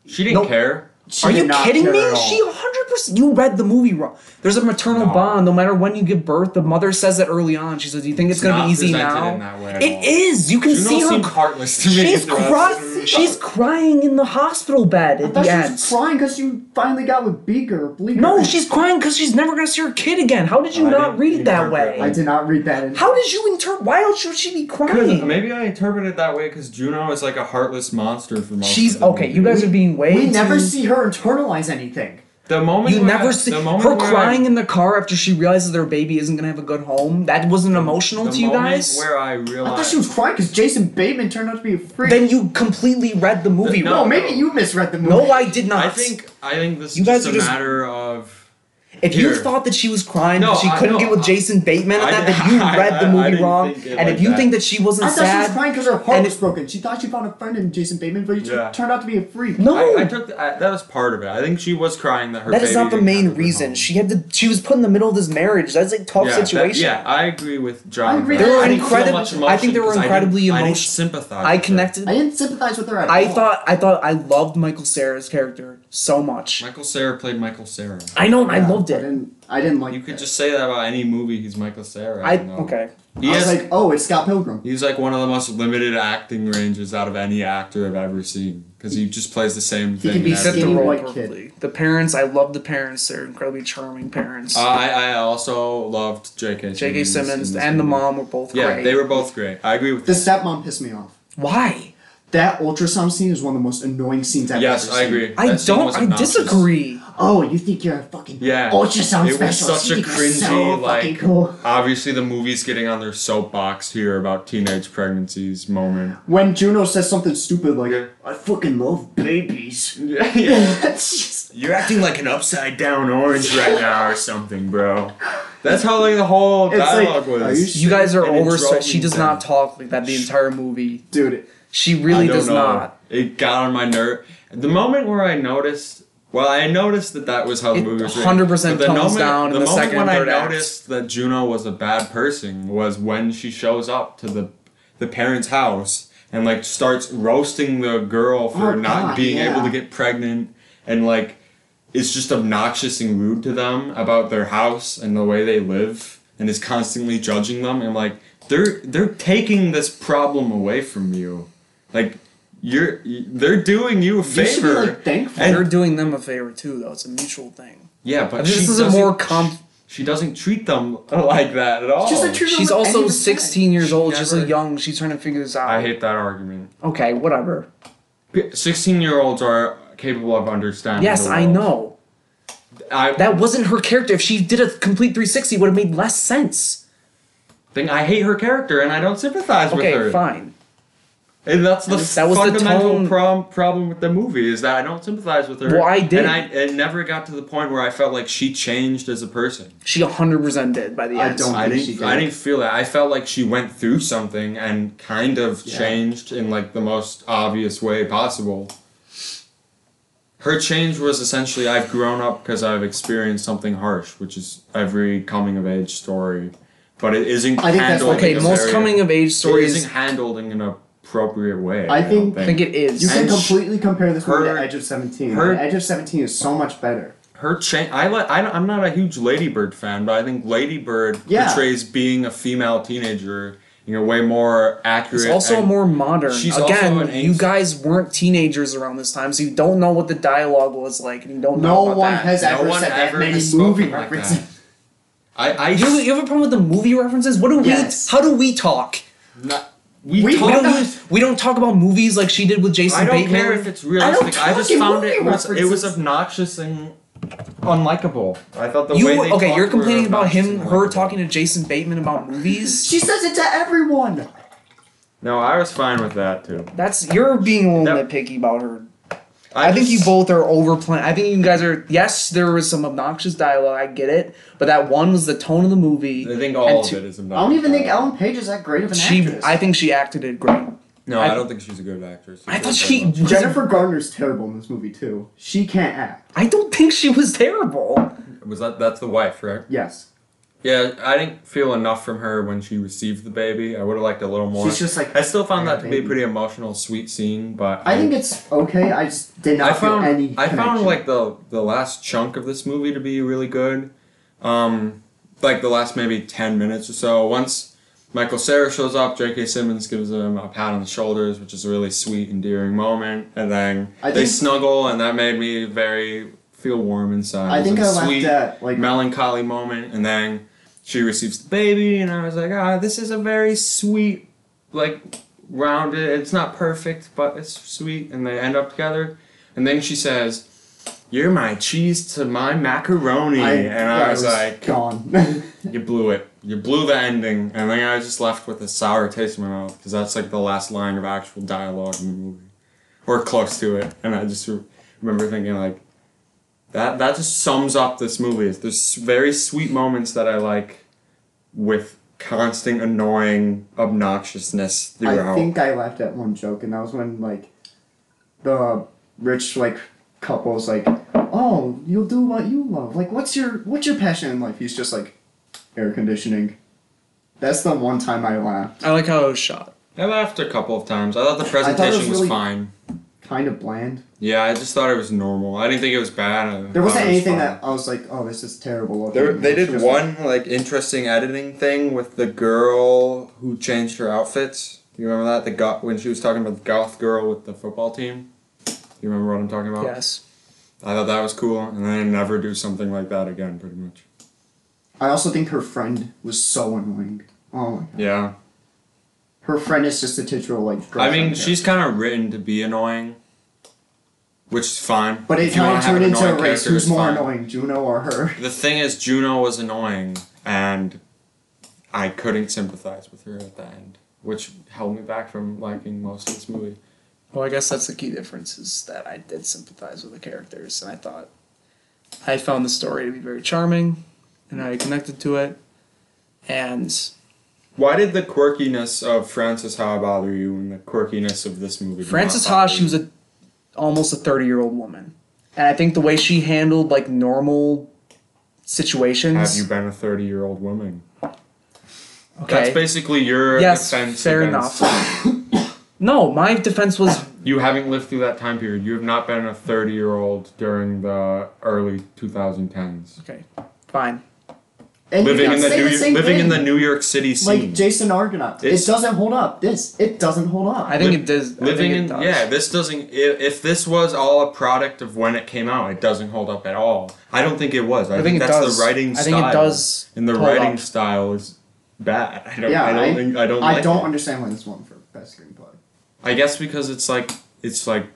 Speaker 2: She didn't
Speaker 3: Nope.
Speaker 2: care.
Speaker 1: She
Speaker 3: are
Speaker 1: did
Speaker 3: you
Speaker 1: not
Speaker 3: kidding
Speaker 1: care
Speaker 3: me?
Speaker 1: at all.
Speaker 3: She hundred percent. You read the movie wrong. There's a maternal
Speaker 2: No.
Speaker 3: bond. No matter when you give birth, the mother says that early on. She says, "Do you think it's, gonna
Speaker 2: not
Speaker 3: be easy
Speaker 2: presented
Speaker 3: now?"
Speaker 2: in that way at all.
Speaker 3: It is. You can
Speaker 2: Juno
Speaker 3: see her.
Speaker 2: seemed heartless to me.
Speaker 3: she's
Speaker 2: throughout this
Speaker 3: crying.
Speaker 2: movie.
Speaker 3: She's crying in the hospital bed at
Speaker 1: I thought
Speaker 3: the
Speaker 1: she
Speaker 3: end.
Speaker 1: was crying because you finally got with Beaker. Bleaker.
Speaker 3: no, she's crying because she's never gonna see her kid again. How did you
Speaker 2: I
Speaker 3: not
Speaker 2: didn't
Speaker 3: read it that
Speaker 2: interpret
Speaker 3: way?
Speaker 2: it.
Speaker 1: I did not read that. In-
Speaker 3: How did you interpret? Why else should she be
Speaker 2: Because
Speaker 3: crying?
Speaker 2: maybe I interpreted it that way because Juno is like a heartless monster for most. of
Speaker 3: She's
Speaker 2: the
Speaker 3: okay.
Speaker 2: movie.
Speaker 3: You guys are being way.
Speaker 1: we never
Speaker 3: too-
Speaker 1: see her internalize anything.
Speaker 2: The moment
Speaker 3: You
Speaker 2: when
Speaker 3: never
Speaker 2: I-
Speaker 3: see
Speaker 2: the moment
Speaker 3: her
Speaker 2: where I-
Speaker 3: crying in the car after she realizes their baby isn't gonna have a good home. That wasn't emotional
Speaker 2: the
Speaker 3: to you
Speaker 2: moment
Speaker 3: guys.
Speaker 2: Where I realized
Speaker 1: I thought she was crying because Jason Bateman turned out to be a freak.
Speaker 3: Then you completely read the movie
Speaker 2: No,
Speaker 1: no,
Speaker 3: wrong.
Speaker 1: maybe you misread the movie.
Speaker 3: No, I did not.
Speaker 2: I think I think this
Speaker 3: You
Speaker 2: is
Speaker 3: guys
Speaker 2: just
Speaker 3: are
Speaker 2: a
Speaker 3: just-
Speaker 2: matter of.
Speaker 3: if you
Speaker 2: here.
Speaker 3: thought that she was crying
Speaker 2: No,
Speaker 3: because she
Speaker 2: I-
Speaker 3: couldn't
Speaker 2: no,
Speaker 3: get with
Speaker 2: I-
Speaker 3: Jason Bateman, and
Speaker 2: I
Speaker 3: that,
Speaker 2: did-
Speaker 3: that you
Speaker 2: I-
Speaker 3: read the
Speaker 2: I- I
Speaker 3: movie
Speaker 2: didn't
Speaker 3: wrong,
Speaker 2: think it
Speaker 3: and if
Speaker 2: like
Speaker 3: you
Speaker 2: that.
Speaker 3: think that she
Speaker 1: I
Speaker 3: wasn't
Speaker 1: thought she was
Speaker 3: sad,
Speaker 1: crying because her heart
Speaker 3: and
Speaker 1: was
Speaker 3: it-
Speaker 1: broken. She thought she found a friend in Jason Bateman, but he t-
Speaker 2: Yeah.
Speaker 1: turned out to be a freak.
Speaker 3: no,
Speaker 2: I, I took the, I, that was part of it. I think she was crying that her.
Speaker 3: that is
Speaker 2: baby
Speaker 3: not the
Speaker 2: didn't have a
Speaker 3: main
Speaker 2: good
Speaker 3: reason.
Speaker 2: home.
Speaker 3: She had to. She was put in the middle of this marriage. That's like tough
Speaker 2: yeah, that-
Speaker 3: situation.
Speaker 2: yeah, I agree with John.
Speaker 1: I agree.
Speaker 2: there.
Speaker 1: They were
Speaker 2: I didn't feel
Speaker 3: incredib-
Speaker 2: much
Speaker 3: I think
Speaker 2: emotion
Speaker 3: they were
Speaker 2: 'cause I
Speaker 3: incredibly
Speaker 2: didn't- I didn't
Speaker 3: emotion-
Speaker 2: sympathize. with
Speaker 3: I
Speaker 2: her.
Speaker 3: connected.
Speaker 1: I didn't sympathize with her at
Speaker 3: I
Speaker 1: all.
Speaker 3: thought. I thought. I loved Michael Sarah's character so much.
Speaker 2: Michael Sarah played Michael Sarah.
Speaker 3: I know. and I
Speaker 1: Yeah,
Speaker 3: loved
Speaker 1: I
Speaker 3: it.
Speaker 1: didn't, I didn't like
Speaker 2: You could
Speaker 1: that.
Speaker 2: just say that about any movie. He's Michael Sarah.
Speaker 3: I
Speaker 2: know.
Speaker 3: okay.
Speaker 2: He
Speaker 1: I was
Speaker 2: has,
Speaker 1: like, oh, it's Scott Pilgrim.
Speaker 2: he's like one of the most limited acting ranges out of any actor I've ever seen because he just plays the same thing.
Speaker 1: could be
Speaker 2: in
Speaker 3: Fit
Speaker 2: every
Speaker 3: the
Speaker 1: skinny
Speaker 2: role.
Speaker 3: role
Speaker 1: white
Speaker 3: perfectly. The parents, I love the parents. They're incredibly charming parents.
Speaker 2: Uh, I I also loved J.K.
Speaker 3: J.K.
Speaker 2: mm, Simmons, in
Speaker 3: Simmons
Speaker 2: this
Speaker 3: and the
Speaker 2: movie.
Speaker 3: mom were both
Speaker 2: Yeah,
Speaker 3: great.
Speaker 2: they were both great. I agree with
Speaker 1: The stepmom pissed me off.
Speaker 3: Why?
Speaker 1: That ultrasound scene is one of the most annoying scenes I've
Speaker 2: Yes,
Speaker 1: ever
Speaker 2: I
Speaker 1: seen.
Speaker 2: agree.
Speaker 3: I
Speaker 2: That scene
Speaker 3: don't.
Speaker 2: was
Speaker 3: I
Speaker 2: obnoxious.
Speaker 3: disagree.
Speaker 1: Oh, you think you're a fucking
Speaker 2: Yeah.
Speaker 1: ultrasound
Speaker 2: it was
Speaker 1: specialist?
Speaker 2: such
Speaker 1: You
Speaker 2: a
Speaker 1: think you're
Speaker 2: cringy,
Speaker 1: so fucking
Speaker 2: like,
Speaker 1: cool.
Speaker 2: obviously the movie's getting on their soapbox here about teenage pregnancies moment.
Speaker 1: When Juno says something stupid like,
Speaker 2: Yeah.
Speaker 1: "I fucking love babies," Jeez.
Speaker 2: You're acting like an upside down orange right now or something, bro. That's how like the whole
Speaker 1: It's like,
Speaker 2: dialogue
Speaker 1: are
Speaker 2: was.
Speaker 1: you
Speaker 3: You guys are
Speaker 2: And it
Speaker 3: over.
Speaker 2: drove
Speaker 3: She
Speaker 2: me
Speaker 3: does not
Speaker 2: insane.
Speaker 3: talk like that the entire movie.
Speaker 1: dude,
Speaker 3: She
Speaker 2: I
Speaker 3: really
Speaker 2: don't
Speaker 3: does
Speaker 2: know.
Speaker 3: not.
Speaker 2: It got on my nerve. The moment where I noticed, well, I noticed that that was how the
Speaker 3: It
Speaker 2: movie was. written.
Speaker 3: 100%
Speaker 2: But the
Speaker 3: tones
Speaker 2: moment-
Speaker 3: down in
Speaker 2: the
Speaker 3: the
Speaker 2: moment
Speaker 3: second
Speaker 2: when
Speaker 3: and third
Speaker 2: I
Speaker 3: acts.
Speaker 2: noticed that Juno was a bad person was when she shows up to the the parents' house and like starts roasting the girl for
Speaker 1: Oh,
Speaker 2: not
Speaker 1: God,
Speaker 2: being
Speaker 1: yeah.
Speaker 2: able to get pregnant and like is just obnoxious and rude to them about their house and the way they live and is constantly judging them and like they're they're taking this problem away from you like you're you- they're doing you a
Speaker 1: you should be
Speaker 2: favor
Speaker 1: like thankful.
Speaker 2: And-
Speaker 3: You're doing them a favor too, though. It's a mutual thing.
Speaker 2: yeah but
Speaker 3: This
Speaker 2: she
Speaker 3: is a
Speaker 2: doesn't-
Speaker 3: more comp.
Speaker 2: she doesn't treat them like that at all
Speaker 1: Just a true-
Speaker 3: She's
Speaker 1: with any
Speaker 3: also
Speaker 1: respect.
Speaker 3: 16 years
Speaker 2: She
Speaker 3: old. She's a
Speaker 2: never-
Speaker 3: young. She's trying to figure this out.
Speaker 2: i hate that argument
Speaker 3: Okay, whatever.
Speaker 2: 16 year olds are capable of understanding
Speaker 3: Yes,
Speaker 2: the
Speaker 3: I
Speaker 2: world.
Speaker 3: know.
Speaker 2: i
Speaker 3: That wasn't her character. If she did a complete 360, it would have made less sense.
Speaker 2: think i hate her character and i don't sympathize with her
Speaker 3: Okay, fine.
Speaker 2: And that's the
Speaker 3: That was the
Speaker 2: fundamental
Speaker 3: tone.
Speaker 2: prob- problem with the movie is that I don't sympathize with her.
Speaker 3: Well, I didn't.
Speaker 2: And I it never got to the point where I felt like she changed as a person.
Speaker 3: She 100% did by the
Speaker 1: I
Speaker 3: end.
Speaker 1: don't
Speaker 2: I
Speaker 1: think
Speaker 2: didn't.
Speaker 1: she did.
Speaker 2: I didn't feel that. I felt like she went through something and kind of
Speaker 1: Yeah.
Speaker 2: changed in like the most obvious way possible. Her change was essentially I've grown up because I've experienced something harsh, which is every coming of age story, but it isn't.
Speaker 1: I think that's
Speaker 2: handled
Speaker 3: Okay,
Speaker 2: in a
Speaker 3: most
Speaker 2: very-
Speaker 3: coming of age
Speaker 2: It
Speaker 3: stories.
Speaker 2: isn't handled in an appropriate way.
Speaker 1: I
Speaker 2: don't
Speaker 1: think-
Speaker 3: I think it is.
Speaker 1: you can
Speaker 2: and she-
Speaker 1: completely compare this movie
Speaker 2: her-
Speaker 1: to Edge of Seventeen.
Speaker 2: her-
Speaker 1: Edge of Seventeen is so much better.
Speaker 2: her change. I like. I, am not a huge Ladybird fan, but I think Ladybird
Speaker 1: Yeah.
Speaker 2: portrays being a female teenager in a way more accurate.
Speaker 3: It's also
Speaker 2: and-
Speaker 3: more modern.
Speaker 2: She's also
Speaker 3: Again,
Speaker 2: an
Speaker 3: you
Speaker 2: angst-
Speaker 3: guys weren't teenagers around this time, so you don't know what the dialogue was like, and you don't
Speaker 1: No
Speaker 3: know about
Speaker 1: one
Speaker 3: that.
Speaker 1: has
Speaker 2: No
Speaker 1: ever
Speaker 2: one
Speaker 1: said that
Speaker 2: ever
Speaker 1: many
Speaker 2: has spoken
Speaker 1: movie
Speaker 2: like
Speaker 1: references.
Speaker 2: that. I I
Speaker 3: You, you have a problem with the movie references? What do
Speaker 1: Yes.
Speaker 3: we? How do we talk?
Speaker 2: not, we,
Speaker 1: We-
Speaker 2: talked-
Speaker 3: We don't
Speaker 1: Why not?
Speaker 3: use, we don't talk about movies like she did with Jason
Speaker 2: I don't
Speaker 3: Bateman.
Speaker 2: care if it's realistic. I,
Speaker 1: talk
Speaker 2: just
Speaker 1: in
Speaker 2: found
Speaker 1: movie
Speaker 2: it was it was
Speaker 1: references.
Speaker 2: obnoxious and unlikable. I thought the way they
Speaker 3: you okay?
Speaker 2: talked
Speaker 3: You're
Speaker 2: were
Speaker 3: complaining about him,
Speaker 2: obnoxious and
Speaker 3: her
Speaker 2: unlikable.
Speaker 3: talking to Jason Bateman about movies.
Speaker 1: She says it to everyone.
Speaker 2: No, I was fine with that too.
Speaker 3: That's you're being a little
Speaker 2: That-
Speaker 3: nitpicky about her.
Speaker 2: I,
Speaker 3: I, think you
Speaker 2: just-
Speaker 3: both are overplaying. I think you guys are. Yes, there was some obnoxious dialogue. I get it, but that one was the tone of the movie.
Speaker 2: I think all
Speaker 3: and
Speaker 2: of
Speaker 3: two-
Speaker 2: it is
Speaker 1: I
Speaker 2: obnoxious.
Speaker 1: don't even think Ellen Page is that great of an
Speaker 3: She,
Speaker 1: actress.
Speaker 3: I think she acted it great.
Speaker 2: No,
Speaker 3: I-
Speaker 2: I, don't think she's a good actress.
Speaker 3: I thought
Speaker 2: She's
Speaker 3: she.
Speaker 2: not-
Speaker 3: was-
Speaker 1: Jennifer Garner's terrible in this movie too. She can't act.
Speaker 3: I don't think she was terrible.
Speaker 2: was that that's the wife, right?
Speaker 1: Yes.
Speaker 2: Yeah, I didn't feel enough from her when she received the baby. I would have liked a little more.
Speaker 1: She's just like,
Speaker 2: I still found
Speaker 1: "I got
Speaker 2: that to be a
Speaker 1: baby."
Speaker 2: pretty emotional, sweet scene, but
Speaker 1: I think it's okay. I just did not
Speaker 2: I
Speaker 1: feel
Speaker 2: found
Speaker 1: any.
Speaker 2: I found
Speaker 1: connection.
Speaker 2: like the the last chunk of this movie to be really good. Um, like the last maybe ten minutes or so. Once Michael Sarah shows up, J.K. Simmons gives him a pat on the shoulders, which is a really sweet, endearing moment, and then
Speaker 1: I
Speaker 2: they
Speaker 1: think-
Speaker 2: snuggle, and that made me very feel warm inside.
Speaker 1: I
Speaker 2: It was
Speaker 1: think
Speaker 2: a
Speaker 1: I laughed
Speaker 2: sweet,
Speaker 1: at, like-
Speaker 2: melancholy moment, and then she receives the baby, and I was like, ah, this is a very sweet, like rounded. It's not perfect, but it's sweet, and they end up together. And then she says, "You're my cheese to my macaroni," and I
Speaker 1: yeah,
Speaker 2: was
Speaker 1: it
Speaker 2: like,
Speaker 1: gone.
Speaker 2: "You blew it. You blew the ending." And then I was just left with a sour taste in my mouth because that's like the last line of actual dialogue in the movie, or close to it. And I just re- remember thinking like, "That that just sums up this movie. Is there's very sweet moments that I like, with." Constant annoying obnoxiousness throughout.
Speaker 1: I think I laughed at one joke, and that was when like the rich like couple's like, "Oh, you'll do what you love. Like, what's your what's your passion in life?" He's just like, "Air conditioning." That's the one time I laughed.
Speaker 3: I like how it was shot.
Speaker 2: I laughed a couple of times. I thought the
Speaker 1: thought it
Speaker 2: presentation
Speaker 1: was
Speaker 2: was,
Speaker 1: really-
Speaker 2: fine.
Speaker 1: Kind of bland.
Speaker 2: Yeah, I just thought it was normal. I didn't think it was bad. I
Speaker 1: There wasn't
Speaker 2: thought it was
Speaker 1: anything
Speaker 2: fine.
Speaker 1: that I was like, "Oh, this is terrible."
Speaker 2: There,
Speaker 1: looking."
Speaker 2: they
Speaker 1: She
Speaker 2: did
Speaker 1: was
Speaker 2: one like interesting editing thing with the girl who changed her outfits. You remember that the goth when she was talking about the goth girl with the football team. You remember what I'm talking about?
Speaker 3: Yes.
Speaker 2: I thought that was cool, and they never do something like that again, pretty much.
Speaker 1: I also think her friend was so annoying. Oh my god.
Speaker 2: Yeah.
Speaker 1: Her friend is just a titular like.
Speaker 2: I mean,
Speaker 1: girlfriend there.
Speaker 2: she's kind of written to be annoying, which is fine.
Speaker 1: But it
Speaker 2: If you wanna
Speaker 1: kind of
Speaker 2: have an
Speaker 1: turned into a
Speaker 2: annoying
Speaker 1: race.
Speaker 2: character,
Speaker 1: Who's
Speaker 2: it's
Speaker 1: more
Speaker 2: fine.
Speaker 1: annoying, Juno or her?
Speaker 2: The thing is, Juno was annoying, and I couldn't sympathize with her at the end, which held me back from liking most of this movie.
Speaker 3: Well, I guess that's the key difference is that I did sympathize with the characters, and I thought I found the story to be very charming, and I connected to it, and
Speaker 2: Why did the quirkiness of Frances Ha bother you, and the quirkiness of this movie? did
Speaker 3: Frances
Speaker 2: not bother
Speaker 3: Ha, she
Speaker 2: you?
Speaker 3: was a almost a thirty year old woman, and I think the way she handled like normal
Speaker 2: Have
Speaker 3: situations.
Speaker 2: you been a thirty-year-old woman? That's
Speaker 3: okay.
Speaker 2: basically your
Speaker 3: yes.
Speaker 2: defense.
Speaker 3: Fair
Speaker 2: against-
Speaker 3: enough. no, my defense was
Speaker 2: You haven't lived through that time period. You have not been a thirty-year-old during the early 2010s.
Speaker 3: okay. Fine.
Speaker 1: And you
Speaker 2: Living
Speaker 1: can
Speaker 2: in the
Speaker 1: say
Speaker 2: New
Speaker 1: same
Speaker 2: living
Speaker 1: thing.
Speaker 2: in the New York City scene.
Speaker 1: like Jason Argonaut.
Speaker 2: It's-
Speaker 1: it doesn't hold up. This it doesn't hold up.
Speaker 3: I think
Speaker 2: Li-
Speaker 3: it does. I
Speaker 2: Living
Speaker 3: think it
Speaker 2: in
Speaker 3: does.
Speaker 2: yeah, this doesn't. If, if this was all a product of when it came out, it doesn't hold up at all. I don't think it was. I,
Speaker 3: think it
Speaker 2: that's
Speaker 3: does.
Speaker 2: the writing
Speaker 3: I
Speaker 2: style.
Speaker 3: think it does
Speaker 2: And the
Speaker 3: hold
Speaker 2: writing
Speaker 3: up.
Speaker 2: style is bad. I don't.
Speaker 1: yeah,
Speaker 2: I don't think. I don't.
Speaker 1: I
Speaker 2: like
Speaker 1: don't
Speaker 2: it.
Speaker 1: understand why this won for best screenplay.
Speaker 2: I guess because it's like it's like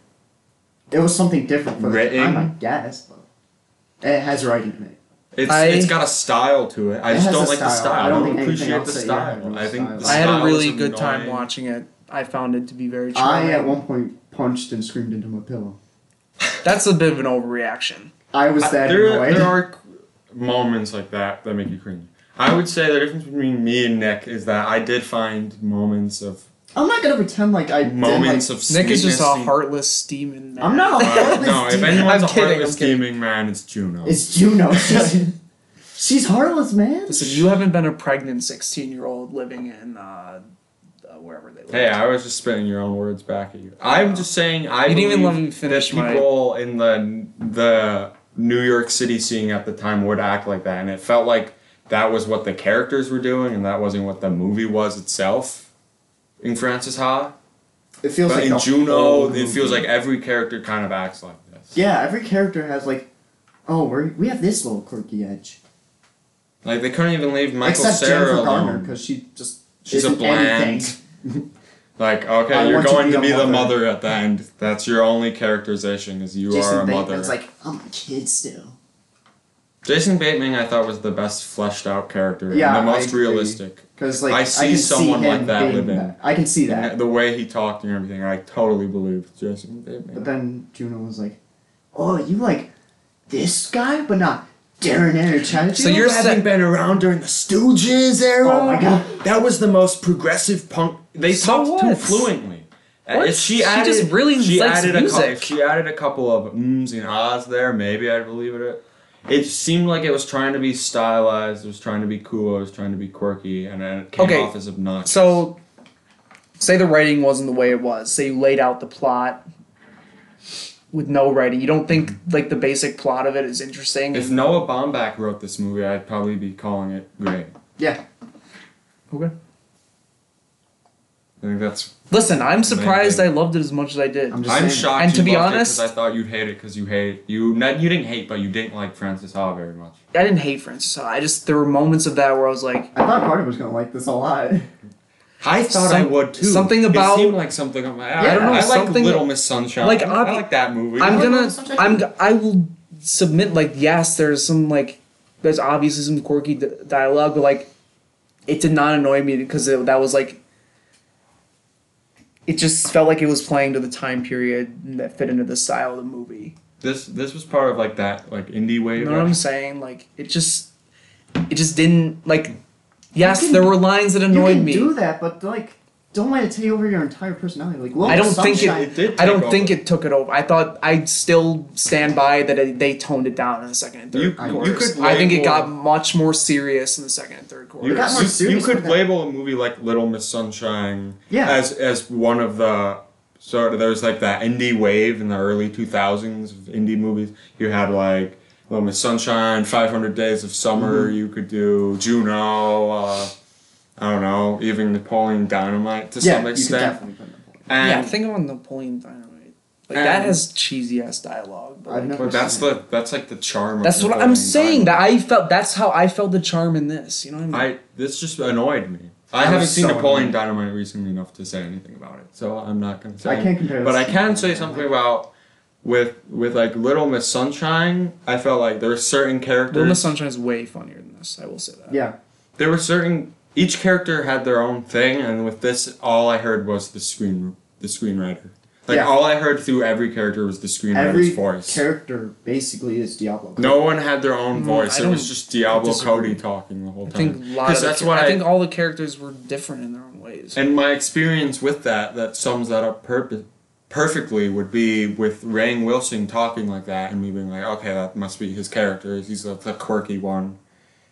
Speaker 1: It was something different for the
Speaker 2: Written.
Speaker 1: time, I guess. But it has writing in it.
Speaker 2: it's
Speaker 3: I-
Speaker 2: it's got a style to it. I
Speaker 1: It
Speaker 2: just
Speaker 1: has
Speaker 2: don't
Speaker 1: a
Speaker 2: like the
Speaker 1: style.
Speaker 2: style.
Speaker 1: I don't think anything
Speaker 2: appreciate the
Speaker 1: else that you have
Speaker 2: style.
Speaker 1: in
Speaker 2: I think
Speaker 1: the
Speaker 2: the
Speaker 1: style.
Speaker 3: I had
Speaker 2: style
Speaker 3: a
Speaker 2: is
Speaker 3: really good time
Speaker 2: annoying.
Speaker 3: watching it. I found it to be very charming.
Speaker 1: I at one point punched and screamed into my pillow.
Speaker 3: That's a bit of an overreaction.
Speaker 1: I was
Speaker 2: I-
Speaker 1: that
Speaker 2: there,
Speaker 1: annoyed.
Speaker 2: there are moments like that that make you cringe. I would say the difference between me and Nick is that I did find moments of
Speaker 1: I'm not gonna pretend like I
Speaker 2: moments
Speaker 1: did, like,
Speaker 2: of
Speaker 3: Nick is just a
Speaker 2: sweetness.
Speaker 3: heartless demon. Man.
Speaker 1: I'm not a
Speaker 2: Uh,
Speaker 1: heartless.
Speaker 2: no, if
Speaker 1: demon.
Speaker 2: anyone's
Speaker 3: I'm
Speaker 2: a
Speaker 3: kidding,
Speaker 2: heartless
Speaker 3: I'm kidding.
Speaker 2: gaming man, it's Juno.
Speaker 1: it's Juno. She's, she's heartless, man.
Speaker 3: Listen, you haven't been a pregnant sixteen-year-old living in uh, uh, wherever they live.
Speaker 2: hey, I was just spitting your own words back at you.
Speaker 1: Oh.
Speaker 2: I'm just saying I
Speaker 3: You didn't even let me
Speaker 2: believe
Speaker 3: finish
Speaker 2: that
Speaker 3: my-
Speaker 2: people in the the New York City scene at the time would act like that, and it felt like that was what the characters were doing, and that wasn't what the movie was itself. In Francis Ha,
Speaker 1: It feels
Speaker 2: but
Speaker 1: like
Speaker 2: in
Speaker 1: the
Speaker 2: Juno,
Speaker 1: whole
Speaker 2: it
Speaker 1: movie.
Speaker 2: feels like every character kind of acts like this.
Speaker 1: yeah. Every character has like, oh, we we have this little quirky edge.
Speaker 2: Like they couldn't even leave Michael
Speaker 1: Except
Speaker 2: Cera
Speaker 1: Jennifer Garner
Speaker 2: alone.
Speaker 1: because she just
Speaker 2: She's a
Speaker 1: isn't
Speaker 2: bland.
Speaker 1: anything.
Speaker 2: Like, okay,
Speaker 1: I
Speaker 2: you're
Speaker 1: want to
Speaker 2: going
Speaker 1: be
Speaker 2: to
Speaker 1: a
Speaker 2: be, the
Speaker 1: mother.
Speaker 2: mother at the end. That's your only characterization is you are a
Speaker 1: Jason
Speaker 2: mother.
Speaker 1: Bateman's like, I'm a kid still.
Speaker 2: Jason Bateman, I thought was the best fleshed out character
Speaker 1: Yeah,
Speaker 2: and the
Speaker 1: I
Speaker 2: most
Speaker 1: agree.
Speaker 2: realistic.
Speaker 1: Because like
Speaker 2: I
Speaker 1: I,
Speaker 2: see
Speaker 1: can
Speaker 2: someone
Speaker 1: see him
Speaker 2: like that
Speaker 1: being
Speaker 2: living.
Speaker 1: that. I can see that.
Speaker 2: And the way he talked and everything, I totally believed Jason
Speaker 1: But
Speaker 2: Bateman.
Speaker 1: then Juno was like, "Oh, you like this guy, but not Darren Aronofsky."
Speaker 2: So you're having been around during the Stooges era.
Speaker 1: Oh my God.
Speaker 2: that was the most progressive punk. They
Speaker 3: So
Speaker 2: talked too
Speaker 3: what?
Speaker 2: fluently. Uh,
Speaker 3: What? She
Speaker 2: She, added,
Speaker 3: just really
Speaker 2: she
Speaker 3: likes
Speaker 2: added a cou-
Speaker 3: music.
Speaker 2: she added a couple of ums and ahs there. Maybe I'd believe it. It seemed like it was trying to be stylized. It was trying to be cool. It was trying to be quirky, and it came
Speaker 3: Okay,
Speaker 2: off as obnoxious.
Speaker 3: So, say the writing wasn't the way it was. Say you laid out the plot with no writing. You don't think like the basic plot of it is interesting.
Speaker 2: if Noah Baumbach wrote this movie, I'd probably be calling it great.
Speaker 1: yeah,
Speaker 3: okay.
Speaker 2: I think that's.
Speaker 3: Listen, I'm surprised I
Speaker 2: Amazing.
Speaker 3: loved it as much as I did.
Speaker 1: I'm just
Speaker 2: I'm
Speaker 1: saying.
Speaker 2: shocked.
Speaker 3: And
Speaker 2: you
Speaker 3: to be
Speaker 2: loved it 'cause
Speaker 3: honest-
Speaker 2: I thought you'd hate it because you hate you. Not you didn't hate, but you didn't like Francis Ha very much.
Speaker 3: I didn't hate Francis. Ha. I just there were moments of that where I was like,
Speaker 1: I thought Carter was gonna like this a lot.
Speaker 2: I thought I
Speaker 3: Some-
Speaker 2: would too.
Speaker 3: something about-
Speaker 2: it seemed like something on my. I
Speaker 3: Yeah,
Speaker 2: don't know.
Speaker 3: I
Speaker 2: I like
Speaker 3: something-
Speaker 2: Little Miss Sunshine.
Speaker 3: like,
Speaker 2: I
Speaker 3: obvi-
Speaker 2: like that movie.
Speaker 3: I'm
Speaker 1: don't
Speaker 3: gonna,
Speaker 1: know, sometimes-
Speaker 3: I'm, g- I will submit like, yes, there's some like, there's obviously some quirky d- dialogue, but like, it did not annoy me because it, that was like, it just felt like it was playing to the time period and that fit into the style of the movie.
Speaker 2: this this was part of like that like indie wave.
Speaker 3: You know what I'm saying? Like, it just, it just didn't like. Yes,
Speaker 1: can-
Speaker 3: there were lines that
Speaker 1: you
Speaker 3: annoyed
Speaker 1: can
Speaker 3: me.
Speaker 1: do that, but like, don't let it take over your entire personality. Like, Little
Speaker 3: I don't
Speaker 1: Sunshine,
Speaker 3: think it.
Speaker 2: It did
Speaker 3: I
Speaker 2: take
Speaker 3: don't
Speaker 2: over.
Speaker 3: think it took it over. I thought I still stand by that it, they toned it down in the second and third
Speaker 2: You- you
Speaker 3: quarters.
Speaker 2: could
Speaker 3: I think it
Speaker 2: label-
Speaker 3: got much more serious in the second and third
Speaker 2: You,
Speaker 3: quarters.
Speaker 1: got more
Speaker 2: you- you
Speaker 1: serious
Speaker 2: could
Speaker 1: with that.
Speaker 2: label a movie like Little Miss Sunshine
Speaker 1: Yeah.
Speaker 2: as as one of the sort of there's like that indie wave in the early 2000s of indie movies. You had like Little Miss Sunshine, 500 Days of Summer. You could do Juno. Uh, I don't know, even Napoleon Dynamite to
Speaker 1: Yeah,
Speaker 2: some
Speaker 1: you could
Speaker 2: extent.
Speaker 1: definitely put it up.
Speaker 2: And
Speaker 3: yeah, think about Napoleon Dynamite. Like that
Speaker 2: And-
Speaker 3: has cheesy ass dialogue. But
Speaker 1: I've
Speaker 3: like,
Speaker 1: never-
Speaker 2: But that's the that's like the charm.
Speaker 3: that's
Speaker 2: of
Speaker 3: what I'm
Speaker 2: Napoleon
Speaker 3: saying.
Speaker 2: Dynamite.
Speaker 3: That I felt. That's how I felt the charm in this. You know what I
Speaker 2: I
Speaker 3: mean?
Speaker 2: this just annoyed me. I,
Speaker 1: I
Speaker 2: haven't
Speaker 1: was
Speaker 2: seen
Speaker 1: so
Speaker 2: Napoleon
Speaker 1: annoyed.
Speaker 2: Dynamite recently enough to say anything about it, so I'm not gonna say.
Speaker 1: I can't compare
Speaker 2: But
Speaker 1: this
Speaker 2: I
Speaker 1: to
Speaker 2: can
Speaker 1: Napoleon
Speaker 2: say something about with with like Little Miss Sunshine. I felt like there were certain
Speaker 3: Little Miss
Speaker 2: characters.
Speaker 3: Sunshine is way funnier than this. I will say that.
Speaker 1: Yeah,
Speaker 2: There were certain each character had their own thing, and with this, all I heard was the screen the screenwriter. Like
Speaker 1: Yeah.
Speaker 2: all I heard through every character was the screenwriter's
Speaker 1: every
Speaker 2: voice.
Speaker 1: character basically is Diablo.
Speaker 2: no one had their own
Speaker 3: Mm,
Speaker 2: voice.
Speaker 3: I
Speaker 2: It was
Speaker 3: don't-
Speaker 2: just Diablo
Speaker 3: disagree.
Speaker 2: Cody talking the whole
Speaker 3: I
Speaker 2: time.
Speaker 3: think a lot
Speaker 2: 'Cause
Speaker 3: of. The,
Speaker 2: that's
Speaker 3: cha-
Speaker 2: what
Speaker 3: I think all the characters were different in their own ways.
Speaker 2: And my experience with that that sums that up perp- perfectly would be with Rang Wilson talking like that and me being like, okay, that must be his character. He's the, the quirky one.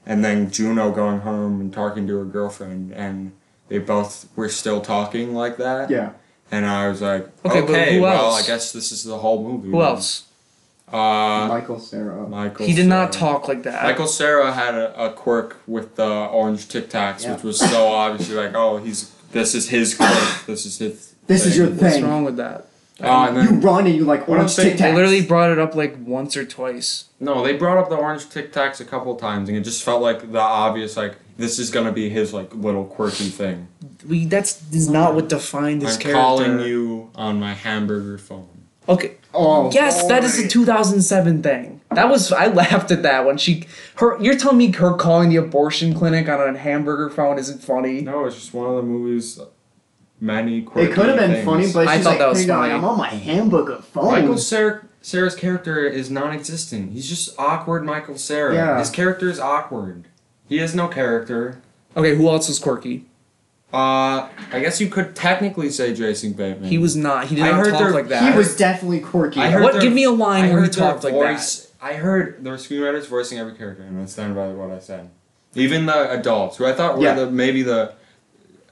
Speaker 2: And then Juno going home and talking to her girlfriend, and they both were still talking like that.
Speaker 1: Yeah,
Speaker 2: And I was like, okay,
Speaker 3: Okay, but who
Speaker 2: well,
Speaker 3: else?
Speaker 2: I guess this is the whole movie.
Speaker 3: Who
Speaker 2: then."
Speaker 3: else?
Speaker 2: Uh,
Speaker 1: Michael Sarah.
Speaker 2: Michael.
Speaker 3: He did not
Speaker 2: Cera.
Speaker 3: talk like that.
Speaker 2: Michael Sarah had a, a quirk with the orange Tic Tacs,
Speaker 1: Yeah.
Speaker 2: which was so obviously like, oh, he's this is his quirk, this is his.
Speaker 1: This is your
Speaker 3: What's
Speaker 1: thing.
Speaker 3: wrong with that?
Speaker 2: Uh, and
Speaker 1: You
Speaker 2: then,
Speaker 1: run and you like
Speaker 2: What I'm
Speaker 1: orange
Speaker 2: saying-
Speaker 1: Tic
Speaker 3: They
Speaker 1: Tacs.
Speaker 3: literally brought it up like once or twice.
Speaker 2: no, they brought up the orange Tic Tacs a couple times, and it just felt like the obvious, like this is gonna be his like little quirky thing.
Speaker 3: We that's is not what defined this
Speaker 2: I'm
Speaker 3: character.
Speaker 2: calling you on my hamburger phone.
Speaker 3: Okay.
Speaker 1: Oh,
Speaker 3: Yes, that is a 2007 thing. That was I laughed at that when she her. You're telling me her calling the abortion clinic on a hamburger phone isn't funny?
Speaker 2: No, it's just one of the movies. Many quirky.
Speaker 1: It could have been
Speaker 2: things.
Speaker 1: funny, but
Speaker 3: I
Speaker 1: she's
Speaker 3: thought
Speaker 1: like,
Speaker 3: that was
Speaker 1: "Hey, guy,
Speaker 3: funny.
Speaker 1: I'm on my hamburger phone.
Speaker 2: Michael Sarah, Sarah's character is non-existent. He's just awkward. Michael Sarah.
Speaker 1: Yeah.
Speaker 2: His character is awkward. He has no character.
Speaker 3: Okay, who else was quirky?
Speaker 2: Uh, I guess you could technically say Jason Bateman.
Speaker 3: He was not. He did
Speaker 2: I
Speaker 3: not
Speaker 2: heard
Speaker 3: talk
Speaker 2: there-
Speaker 3: like that.
Speaker 1: he was definitely quirky.
Speaker 2: I heard
Speaker 3: what?
Speaker 2: their-
Speaker 3: Give me a line
Speaker 2: I
Speaker 3: where he
Speaker 2: heard their
Speaker 3: talked like that.
Speaker 2: voice, I heard the screenwriters voicing every character, and I stand by what I said. Even the adults, who I thought were
Speaker 1: Yeah.
Speaker 2: the maybe the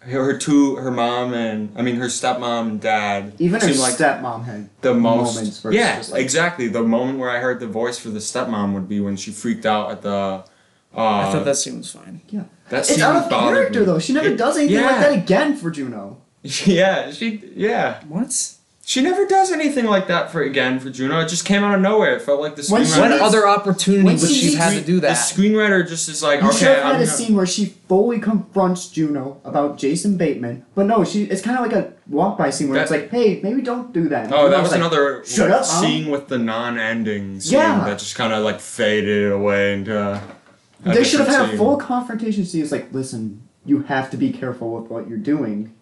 Speaker 2: her, her two, her mom and I mean her stepmom and dad.
Speaker 1: Even her
Speaker 2: seemed like
Speaker 1: stepmom had
Speaker 2: the
Speaker 1: moments
Speaker 2: most.
Speaker 1: where it's
Speaker 2: Yeah,
Speaker 1: just like-
Speaker 2: exactly. The moment where I heard the voice for the stepmom would be when she freaked out at the. Uh,
Speaker 3: I thought that scene was fine.
Speaker 1: yeah.
Speaker 2: that
Speaker 1: It's
Speaker 2: scene
Speaker 1: out of
Speaker 2: bothered
Speaker 1: character
Speaker 2: me.
Speaker 1: though. She never
Speaker 2: It-
Speaker 1: does anything
Speaker 2: yeah.
Speaker 1: like that again for Juno.
Speaker 2: yeah, she yeah.
Speaker 3: What?
Speaker 2: She never does anything like that for again for Juno. It just came out of nowhere. It felt like the
Speaker 1: When she
Speaker 2: screenwriter.
Speaker 3: What
Speaker 1: When
Speaker 3: other
Speaker 1: when
Speaker 3: opportunity would
Speaker 1: she
Speaker 3: she have
Speaker 1: did-
Speaker 3: had to do
Speaker 2: the
Speaker 3: that?
Speaker 2: screenwriter just is like,
Speaker 1: You should
Speaker 2: okay,
Speaker 1: have had
Speaker 2: I'm
Speaker 1: a
Speaker 2: gonna-
Speaker 1: scene where she fully confronts Juno about Jason Bateman, but no, she it's kind of like a walk by scene where it's like,
Speaker 2: That-
Speaker 1: hey, maybe don't do that. And
Speaker 2: Oh, that
Speaker 1: Juno's
Speaker 2: was
Speaker 1: like,
Speaker 2: another
Speaker 1: "Shut up, Mom."
Speaker 2: scene with the non-ending scene
Speaker 1: Yeah.
Speaker 2: that just kind of like faded away into. a
Speaker 1: They should have
Speaker 2: different
Speaker 1: had a
Speaker 2: scene.
Speaker 1: full confrontation scene. It's like, listen, you have to be careful with what you're doing.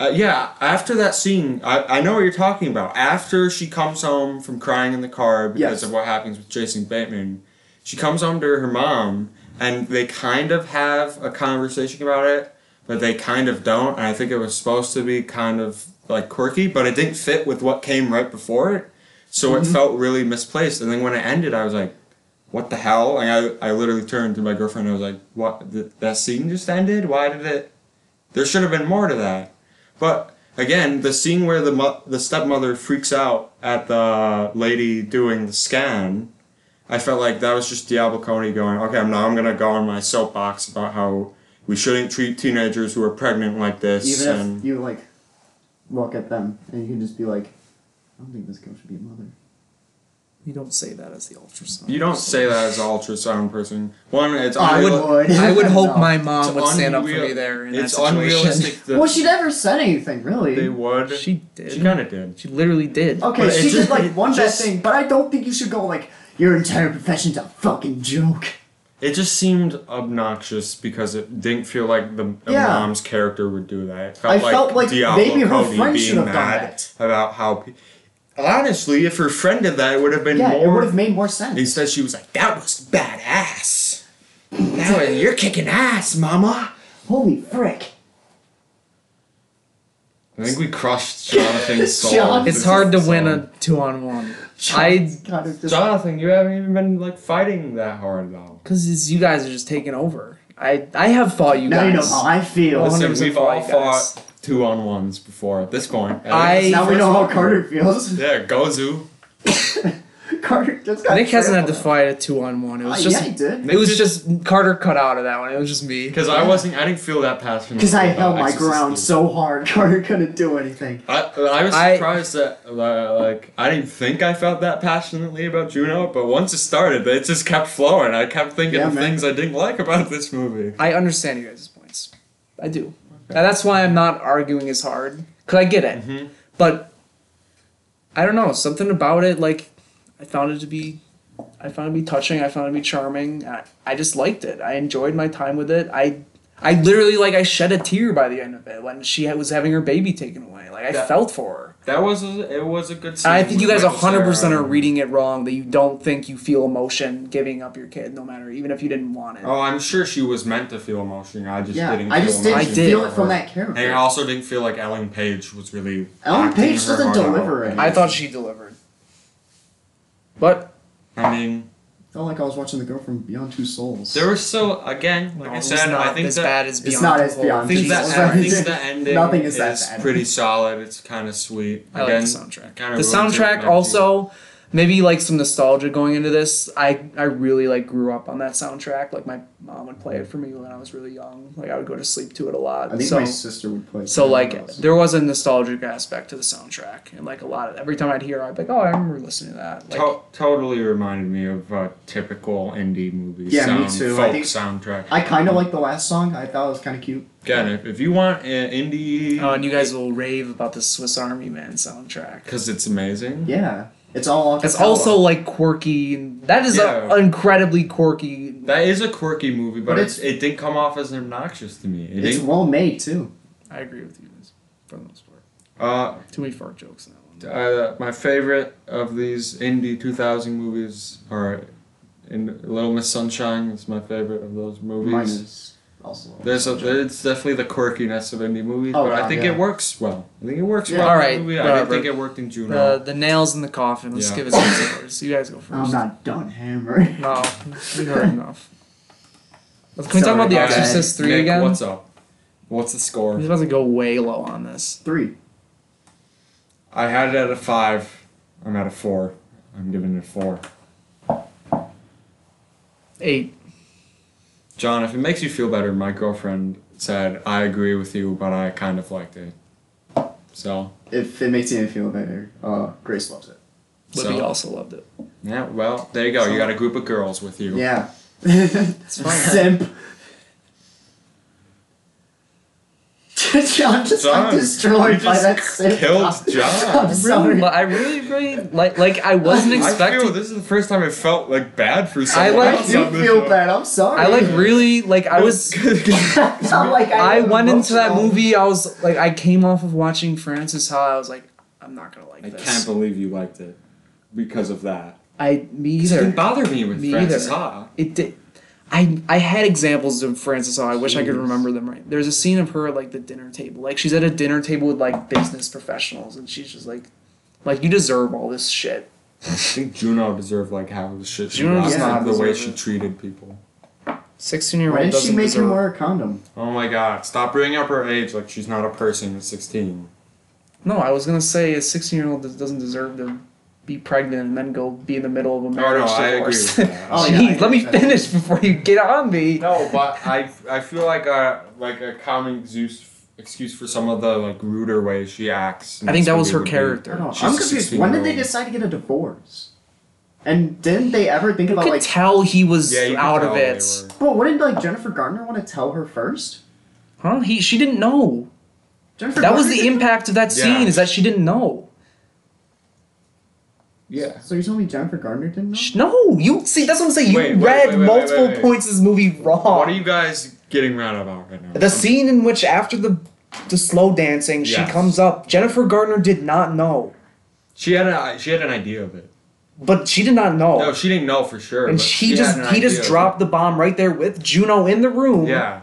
Speaker 2: Uh, yeah, after that scene, I, I know what you're talking about. After she comes home from crying in the car because
Speaker 1: Yes.
Speaker 2: of what happens with Jason Bateman, she comes home to her mom, and they kind of have a conversation about it, but they kind of don't. And I think it was supposed to be kind of like quirky, but it didn't fit with what came right before it, so it felt really misplaced. And then when it ended, I was like, "What the hell?" And I I literally turned to my girlfriend. and I was like, "What? Th- that scene just ended? Why did it?" There should have been more to that. But again, the scene where the mo- the stepmother freaks out at the lady doing the scan, I felt like that was just Diablo Cody going, okay, I'm now I'm gonna go on my soapbox about how we shouldn't treat teenagers who are pregnant like this.
Speaker 1: Even
Speaker 2: and
Speaker 1: if you like look at them and you can just be like, I don't think this girl should be a mother.
Speaker 3: You don't say that as the ultrasound.
Speaker 2: you don't say that as an ultrasound person. One, it's
Speaker 1: I
Speaker 2: unreal-
Speaker 1: would-
Speaker 3: I would hope
Speaker 1: No.
Speaker 3: my mom
Speaker 2: it's
Speaker 3: would stand up for
Speaker 2: unreal-
Speaker 3: me there. In
Speaker 2: it's
Speaker 3: that situation.
Speaker 2: unrealistic. That
Speaker 1: well, she never said anything really.
Speaker 2: they would.
Speaker 3: She did.
Speaker 2: She kind of did.
Speaker 3: She literally did.
Speaker 1: okay,
Speaker 2: but
Speaker 1: she
Speaker 2: it
Speaker 1: did
Speaker 2: just-
Speaker 1: like
Speaker 2: it
Speaker 1: one
Speaker 2: just-
Speaker 1: bad thing, but I don't think you should go like your entire profession's a fucking joke.
Speaker 2: It just seemed obnoxious because it didn't feel like the a
Speaker 1: Yeah.
Speaker 2: mom's character would do that. It felt
Speaker 1: I
Speaker 2: like
Speaker 1: felt like
Speaker 2: Diablo
Speaker 1: maybe her
Speaker 2: Cody
Speaker 1: friend should
Speaker 2: being
Speaker 1: have done
Speaker 2: mad about how. Pe- Honestly, if her friend did that, it would have been
Speaker 1: Yeah, it
Speaker 2: more.
Speaker 1: would have made more sense.
Speaker 2: Instead, she was like, "That was badass. That was, you're kicking ass, mama."
Speaker 1: Holy frick.
Speaker 2: I think we crushed Jonathan's soul.
Speaker 1: Jonathan.
Speaker 3: It's hard to win a two on one. I
Speaker 1: Kind of just,
Speaker 2: Jonathan, you haven't even been like fighting that hard though.
Speaker 3: because you guys are just taking over. I I have fought you
Speaker 1: now
Speaker 3: guys.
Speaker 1: you know how I feel.
Speaker 3: Well,
Speaker 2: Listen,
Speaker 3: 100%
Speaker 2: we've all
Speaker 3: fight, guys.
Speaker 2: fought two on ones before at this point. think
Speaker 3: I-
Speaker 2: this is the
Speaker 1: now we
Speaker 2: first
Speaker 1: know how
Speaker 2: one.
Speaker 1: Carter feels.
Speaker 2: Yeah, Gozu.
Speaker 1: Carter just got
Speaker 3: Nick hasn't had to
Speaker 1: trampled.
Speaker 3: fight a two on one. It
Speaker 1: Uh,
Speaker 3: was just
Speaker 1: yeah, he did.
Speaker 3: it was just Carter cut out of that one. It was just me.
Speaker 2: Because I wasn't, I didn't feel that passionate.
Speaker 1: Because I
Speaker 2: about
Speaker 1: held my
Speaker 2: Exorcist
Speaker 1: ground
Speaker 2: II.
Speaker 1: so hard, Carter couldn't do anything.
Speaker 2: I, I was
Speaker 3: I-
Speaker 2: surprised that, uh, like, I didn't think I felt that passionately about Juno, but once it started, it just kept flowing. I kept thinking
Speaker 1: Yeah,
Speaker 2: of
Speaker 1: man.
Speaker 2: things I didn't like about this movie.
Speaker 3: I understand you guys' points. I do. And that's why I'm not arguing as hard because I get it. But I don't know something about it. Like I found it to be, I found it to be touching. I found it to be charming. I, I just liked it. I enjoyed my time with it. I I literally like I shed a tear by the end of it when she was having her baby taken away. Like I
Speaker 2: That-
Speaker 3: felt for her.
Speaker 2: That was, a, it was a good scene.
Speaker 3: And I think you guys
Speaker 2: with Michael
Speaker 3: 100%
Speaker 2: Cera.
Speaker 3: are reading it wrong that you don't think you feel emotion giving up your kid, no matter, even if you didn't want it.
Speaker 2: Oh, I'm sure she was meant to feel emotion. I just
Speaker 1: Yeah,
Speaker 2: didn't.
Speaker 1: I
Speaker 2: feel
Speaker 1: just didn't
Speaker 2: emotion
Speaker 3: I did.
Speaker 1: feel
Speaker 2: for
Speaker 1: it from
Speaker 2: her.
Speaker 1: that character.
Speaker 2: And I also didn't feel like Ellen Page was really.
Speaker 1: Ellen
Speaker 2: acting
Speaker 1: Page
Speaker 2: her
Speaker 1: doesn't
Speaker 2: heart out.
Speaker 1: deliver it.
Speaker 3: I thought she delivered. But
Speaker 2: I mean,
Speaker 1: felt like I was watching the girl from Beyond Two Souls.
Speaker 2: there was still again, like
Speaker 3: no,
Speaker 2: I
Speaker 3: it was
Speaker 2: said,
Speaker 3: not
Speaker 2: I think
Speaker 3: as
Speaker 2: that
Speaker 3: bad as
Speaker 1: It's
Speaker 3: Beyond
Speaker 1: not
Speaker 3: the
Speaker 1: as
Speaker 3: Hole.
Speaker 1: Beyond
Speaker 2: I think
Speaker 1: Jesus
Speaker 2: that,
Speaker 3: Jesus
Speaker 1: Christ.
Speaker 2: I think
Speaker 3: Christ.
Speaker 2: the ending
Speaker 1: Nothing is that
Speaker 2: is
Speaker 1: bad.
Speaker 2: pretty solid. It's kind of sweet.
Speaker 3: I like
Speaker 2: Again,
Speaker 3: the soundtrack.
Speaker 2: kinda
Speaker 3: The
Speaker 2: ruins it
Speaker 3: soundtrack
Speaker 2: without
Speaker 3: also, maybe like some nostalgia going into this. I I really like grew up on that soundtrack. Like my mom would play it for me when I was really young. Like I would go to sleep to it a lot.
Speaker 1: I think
Speaker 3: so,
Speaker 1: my sister would play.
Speaker 3: So like
Speaker 1: Us.
Speaker 3: there was a nostalgic aspect to the soundtrack, and like a lot of every time I'd hear, I'd be like, oh, I remember listening to that.
Speaker 2: you.
Speaker 3: Like,
Speaker 2: To- totally reminded me of a typical indie movie.
Speaker 1: Yeah, me
Speaker 2: sound,
Speaker 1: too. I
Speaker 2: Folk
Speaker 1: think-
Speaker 2: soundtrack.
Speaker 1: I kind of liked the last song. I thought it was kind of cute.
Speaker 2: Again, if, if you want an indie,
Speaker 3: oh, and you guys will rave about the Swiss Army Man soundtrack.
Speaker 2: because it's amazing.
Speaker 1: Yeah, it's all.
Speaker 3: It's
Speaker 1: acapella.
Speaker 3: also like quirky. and That is a
Speaker 2: Yeah.
Speaker 3: incredibly quirky.
Speaker 2: That is a quirky movie, but,
Speaker 1: But
Speaker 2: it's, it didn't come off as obnoxious to me. It
Speaker 1: It's
Speaker 2: didn't,
Speaker 1: well made too.
Speaker 3: I agree with you guys for the most part.
Speaker 2: uh,
Speaker 3: Too many fart jokes in that one.
Speaker 2: uh, my favorite of these indie 2000 movies are in Little Miss Sunshine. It's my favorite of those movies.
Speaker 1: Mine is also.
Speaker 2: There's a, it's definitely the quirkiness of indie movies,
Speaker 1: Oh,
Speaker 2: but
Speaker 1: God,
Speaker 2: I think
Speaker 1: yeah.
Speaker 2: it works well. I think it works
Speaker 1: Yeah.
Speaker 2: well.
Speaker 3: All
Speaker 2: in the
Speaker 3: right,
Speaker 2: movie. I
Speaker 3: whatever.
Speaker 2: didn't think it worked in Juno.
Speaker 3: The the nails in the coffin. Let's
Speaker 2: Yeah.
Speaker 3: give it some scores. You guys go
Speaker 1: I'm
Speaker 3: first.
Speaker 1: not done hammering.
Speaker 3: No, we heard enough. Let's- Can we talk
Speaker 1: Sorry,
Speaker 3: about The
Speaker 1: my
Speaker 3: Exorcist
Speaker 2: Nick,
Speaker 3: Three again?
Speaker 2: What's up? What's the
Speaker 3: I'm
Speaker 2: score?
Speaker 3: just about to go way low on this.
Speaker 1: Three.
Speaker 2: I had it at a five. I'm at a four. I'm giving it a four.
Speaker 3: Eight.
Speaker 2: John, if it makes you feel better, my girlfriend said I agree with you, but I kind of liked it. So
Speaker 1: If it makes you feel better, uh, Grace loves it.
Speaker 3: Libby
Speaker 2: So-
Speaker 3: also loved it.
Speaker 2: yeah, well there you go. You got a group of girls with you.
Speaker 1: Yeah. it's
Speaker 3: fine.
Speaker 1: Simp. I'm just
Speaker 2: John,
Speaker 1: I'm
Speaker 2: you
Speaker 1: destroyed by
Speaker 2: just
Speaker 1: that simp.
Speaker 2: killed
Speaker 1: I'm
Speaker 2: John.
Speaker 1: sorry.
Speaker 3: But I really, really like. Like I wasn't
Speaker 2: I feel
Speaker 3: expecting.
Speaker 2: this is the first time I felt like bad for someone.
Speaker 3: like-
Speaker 1: I
Speaker 2: else
Speaker 1: do
Speaker 2: on this
Speaker 1: feel
Speaker 2: show.
Speaker 1: bad. I'm sorry.
Speaker 3: I like really like I was.
Speaker 1: It's not like I,
Speaker 3: I
Speaker 1: was
Speaker 3: went into that
Speaker 1: emotional.
Speaker 3: movie. I was like, I came off of watching Francis Ha. I was like, I'm not gonna like
Speaker 4: I can't
Speaker 3: this.
Speaker 4: believe you liked it because of that.
Speaker 3: I me
Speaker 2: It didn't
Speaker 3: either.
Speaker 2: bother me with
Speaker 3: Me
Speaker 2: Francis
Speaker 3: either.
Speaker 2: Ha.
Speaker 3: It did. I I had examples of Francis Ha. I wish I could remember them right. There's a scene of her at like the dinner table. Like she's at a dinner table with like business professionals, and she's just like, like you deserve all this shit.
Speaker 2: I think Juno deserved like how the shit she
Speaker 3: Juno
Speaker 2: got,
Speaker 1: does not
Speaker 2: the way
Speaker 3: deserve
Speaker 2: she
Speaker 3: it.
Speaker 2: treated people.
Speaker 3: Sixteen year
Speaker 1: Why
Speaker 3: old
Speaker 1: did she
Speaker 3: doesn't
Speaker 1: make him
Speaker 3: deserve.
Speaker 1: wear a condom?
Speaker 2: Oh my god! Stop bringing up her age like she's not a person at sixteen.
Speaker 3: No, I was gonna say a sixteen year old that doesn't deserve to be pregnant and then go be in the middle of a
Speaker 2: no,
Speaker 3: marriage
Speaker 2: I agree
Speaker 3: divorce.
Speaker 2: with that.
Speaker 1: Oh, yeah, I
Speaker 3: Jeez,
Speaker 1: agree
Speaker 3: let me
Speaker 1: with that.
Speaker 3: finish before you get on me.
Speaker 2: No, but I I feel like a like a common excuse excuse for some of the like ruder ways she acts. in
Speaker 3: I think
Speaker 2: this
Speaker 3: that was
Speaker 2: movie
Speaker 3: her
Speaker 2: would be-
Speaker 3: character.
Speaker 1: Oh,
Speaker 2: She's
Speaker 1: I'm
Speaker 2: a
Speaker 1: confused.
Speaker 2: 16
Speaker 1: When did they
Speaker 2: year old.
Speaker 1: decide to get a divorce? And didn't they ever think
Speaker 3: You
Speaker 1: about
Speaker 3: could
Speaker 1: like?
Speaker 3: tell he was
Speaker 2: Yeah, you could
Speaker 3: out of
Speaker 2: tell they
Speaker 3: it.
Speaker 2: were-
Speaker 1: Well, wouldn't like Jennifer Garner want to tell her first?
Speaker 3: Huh? He she didn't know.
Speaker 1: Jennifer
Speaker 3: That
Speaker 1: Garner
Speaker 3: was the
Speaker 1: didn't-
Speaker 3: impact of that
Speaker 2: Yeah.
Speaker 3: scene is that she didn't know.
Speaker 2: Yeah.
Speaker 1: So you're telling me Jennifer Garner didn't know?
Speaker 3: Sh- No, you see that's what I'm saying. You
Speaker 2: Wait, wait,
Speaker 3: read
Speaker 2: wait, wait, wait,
Speaker 3: multiple
Speaker 2: wait.
Speaker 3: points of this movie wrong.
Speaker 2: What are you guys getting mad about right now?
Speaker 3: the scene in which after the the slow dancing she
Speaker 2: Yes.
Speaker 3: comes up, Jennifer Gardner did not know.
Speaker 2: She had a, she had an idea of it.
Speaker 3: But she did not know.
Speaker 2: No, she didn't know for sure.
Speaker 3: and
Speaker 2: but
Speaker 3: she,
Speaker 2: she
Speaker 3: just
Speaker 2: had an
Speaker 3: he
Speaker 2: idea
Speaker 3: just
Speaker 2: of it.
Speaker 3: dropped the bomb right there with Juno in the room.
Speaker 2: Yeah.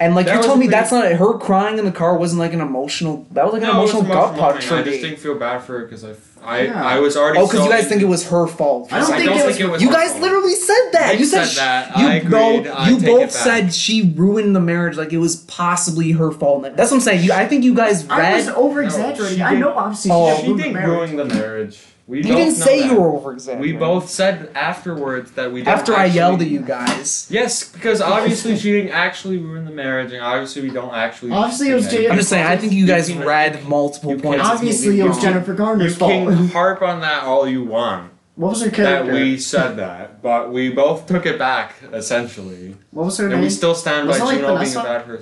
Speaker 3: And like
Speaker 2: That
Speaker 3: you're
Speaker 2: was
Speaker 3: telling
Speaker 2: a
Speaker 3: me
Speaker 2: pretty-
Speaker 3: that's not her crying in the car wasn't like an emotional that was like an
Speaker 2: it was
Speaker 3: emotional
Speaker 2: emotional
Speaker 3: gut punch
Speaker 2: moment.
Speaker 3: for
Speaker 2: I just
Speaker 3: me.
Speaker 2: didn't feel bad for her because I, f- I,
Speaker 1: Yeah.
Speaker 2: I was already.
Speaker 3: Oh, because
Speaker 2: so
Speaker 3: you guys
Speaker 2: in-
Speaker 3: think it was her fault.
Speaker 1: I don't
Speaker 2: I
Speaker 1: think
Speaker 2: don't
Speaker 1: it
Speaker 2: think it was.
Speaker 3: you
Speaker 2: her
Speaker 3: guys
Speaker 2: fault.
Speaker 3: literally said that.
Speaker 2: Nick
Speaker 3: you said,
Speaker 2: said
Speaker 3: sh-
Speaker 2: that.
Speaker 3: You
Speaker 2: I
Speaker 3: both,
Speaker 2: agreed. I
Speaker 3: you
Speaker 2: take
Speaker 3: both
Speaker 2: it back.
Speaker 3: said she ruined the marriage. Like it was possibly her fault. Like, that's what I'm saying. You, I think you guys
Speaker 1: I was
Speaker 3: read.
Speaker 1: over exaggerating.
Speaker 2: she
Speaker 1: I
Speaker 2: didn't-
Speaker 1: know obviously
Speaker 3: Oh.
Speaker 1: she
Speaker 2: She
Speaker 1: didn't ruin the
Speaker 2: didn't
Speaker 1: marriage.
Speaker 2: ruin the marriage. We
Speaker 3: You
Speaker 2: both
Speaker 3: didn't
Speaker 2: know
Speaker 3: say
Speaker 2: that.
Speaker 3: you were over exaggerating.
Speaker 2: We both said afterwards that we. Didn't
Speaker 3: After I
Speaker 2: actually-
Speaker 3: yelled at you guys.
Speaker 2: Yes, because obviously she didn't actually ruin the marriage, and obviously we don't actually.
Speaker 1: Obviously it was
Speaker 2: think-
Speaker 1: J-
Speaker 3: I'm just saying. I think you
Speaker 2: You
Speaker 3: guys
Speaker 2: can-
Speaker 3: read multiple
Speaker 2: you can-
Speaker 3: points. of
Speaker 1: Obviously
Speaker 3: movie
Speaker 1: it was
Speaker 3: wrong.
Speaker 1: Jennifer
Speaker 2: You
Speaker 1: Garner's fault.
Speaker 2: can harp on that all you want.
Speaker 1: what was her
Speaker 2: That
Speaker 1: character?
Speaker 2: we said that, but we both took it back essentially,
Speaker 1: what was her
Speaker 2: and we
Speaker 1: name?
Speaker 2: still stand by
Speaker 1: Wasn't it like
Speaker 2: Juno being
Speaker 1: Vanessa?
Speaker 2: about her.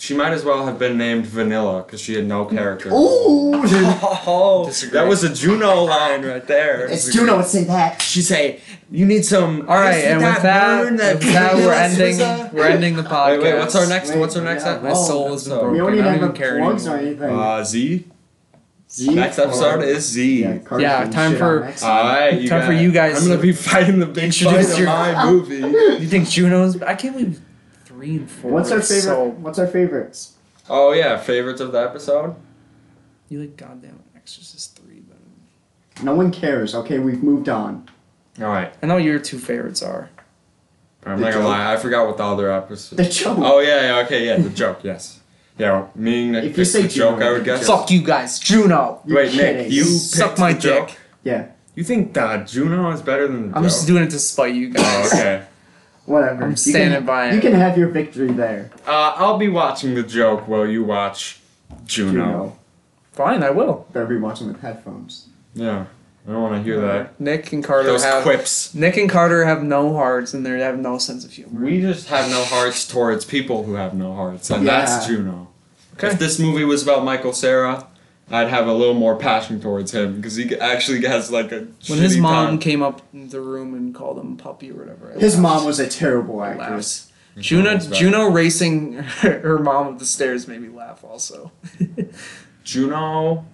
Speaker 2: She might as well have been named Vanilla because she had no character.
Speaker 1: Ooh, dude.
Speaker 2: Oh,
Speaker 3: Disagree.
Speaker 2: that was a Juno line right there.
Speaker 1: it's Juno would say that.
Speaker 2: She say, "You need some."
Speaker 3: All right, and with that,
Speaker 2: burn
Speaker 3: with that uh?" we're
Speaker 2: Vanilla
Speaker 3: ending.
Speaker 2: Sousa."
Speaker 3: We're ending the podcast.
Speaker 2: Wait, wait, what's our next?
Speaker 1: Wait,
Speaker 2: what's our next?
Speaker 1: yeah,
Speaker 2: ep-
Speaker 1: My soul
Speaker 3: has been
Speaker 2: episode?
Speaker 1: we
Speaker 3: broken.
Speaker 1: don't
Speaker 3: I
Speaker 1: even
Speaker 3: don't
Speaker 1: have
Speaker 3: even
Speaker 1: the
Speaker 3: care
Speaker 1: plugs or
Speaker 3: anymore.
Speaker 1: anything.
Speaker 2: Uh, Z.
Speaker 1: Z
Speaker 2: Next episode is Uh, Z.
Speaker 1: Yeah, Carson,
Speaker 3: Yeah, time
Speaker 1: shit
Speaker 3: for-
Speaker 1: on Max.
Speaker 2: All right, you
Speaker 3: Time
Speaker 2: guys.
Speaker 3: for you guys
Speaker 2: I'm gonna
Speaker 3: to
Speaker 2: be fighting the big fight
Speaker 3: introduce
Speaker 2: of
Speaker 3: your-
Speaker 2: my movie.
Speaker 3: You think Juno's? I can't believe three and four.
Speaker 1: What's our
Speaker 3: are
Speaker 1: favorite?
Speaker 3: So,
Speaker 1: What's our favorites?
Speaker 2: Oh yeah, favorites of the episode.
Speaker 3: you like goddamn Exorcist three, but
Speaker 1: No one cares. Okay, we've moved on.
Speaker 2: All right,
Speaker 3: I know what your two favorites are.
Speaker 2: I'm
Speaker 1: The
Speaker 2: not gonna
Speaker 1: joke.
Speaker 2: lie. I forgot what the other episode.
Speaker 1: The joke.
Speaker 2: Oh yeah, yeah, okay, yeah, the joke. Yes. Yeah, me and Nick
Speaker 1: If you
Speaker 2: picked
Speaker 1: say
Speaker 2: the joke,
Speaker 1: Juno,
Speaker 2: I would
Speaker 1: you
Speaker 2: guess.
Speaker 3: Fuck you guys, Juno.
Speaker 1: You're
Speaker 2: Wait, Nick,
Speaker 1: kidding.
Speaker 2: you
Speaker 3: Suck
Speaker 2: picked
Speaker 3: my
Speaker 2: the joke?
Speaker 3: dick.
Speaker 1: Yeah,
Speaker 2: You think that Juno is better than the
Speaker 3: I'm
Speaker 2: joke?
Speaker 3: just doing it to spite you
Speaker 2: Oh,
Speaker 3: guys.
Speaker 2: okay.
Speaker 1: whatever.
Speaker 3: I'm
Speaker 1: You can-
Speaker 3: standing by it.
Speaker 1: You can have your victory there.
Speaker 2: Uh, I'll be watching the joke while you watch
Speaker 1: Juno.
Speaker 2: Juno.
Speaker 3: Fine, I will.
Speaker 1: Better be watching with headphones.
Speaker 2: Yeah, I don't want to hear that.
Speaker 3: Nick and Carter
Speaker 2: Those
Speaker 3: have
Speaker 2: quips.
Speaker 3: Nick and Carter have no hearts and they have no sense of humor.
Speaker 2: We just have no hearts towards people who have no hearts, and that's
Speaker 1: Yeah.
Speaker 2: Juno.
Speaker 3: Okay.
Speaker 2: If this movie was about Michael Sarah, I'd have a little more passion towards him because he actually has like a.
Speaker 3: When his
Speaker 2: shitty
Speaker 3: mom
Speaker 2: time.
Speaker 3: came up in the room and called him puppy or whatever. I
Speaker 1: His
Speaker 3: laughed.
Speaker 1: mom was a terrible
Speaker 3: I laughed.
Speaker 1: actress.
Speaker 3: Juno
Speaker 2: That's bad.
Speaker 3: Juno racing her, her mom up the stairs made me laugh also.
Speaker 2: Juno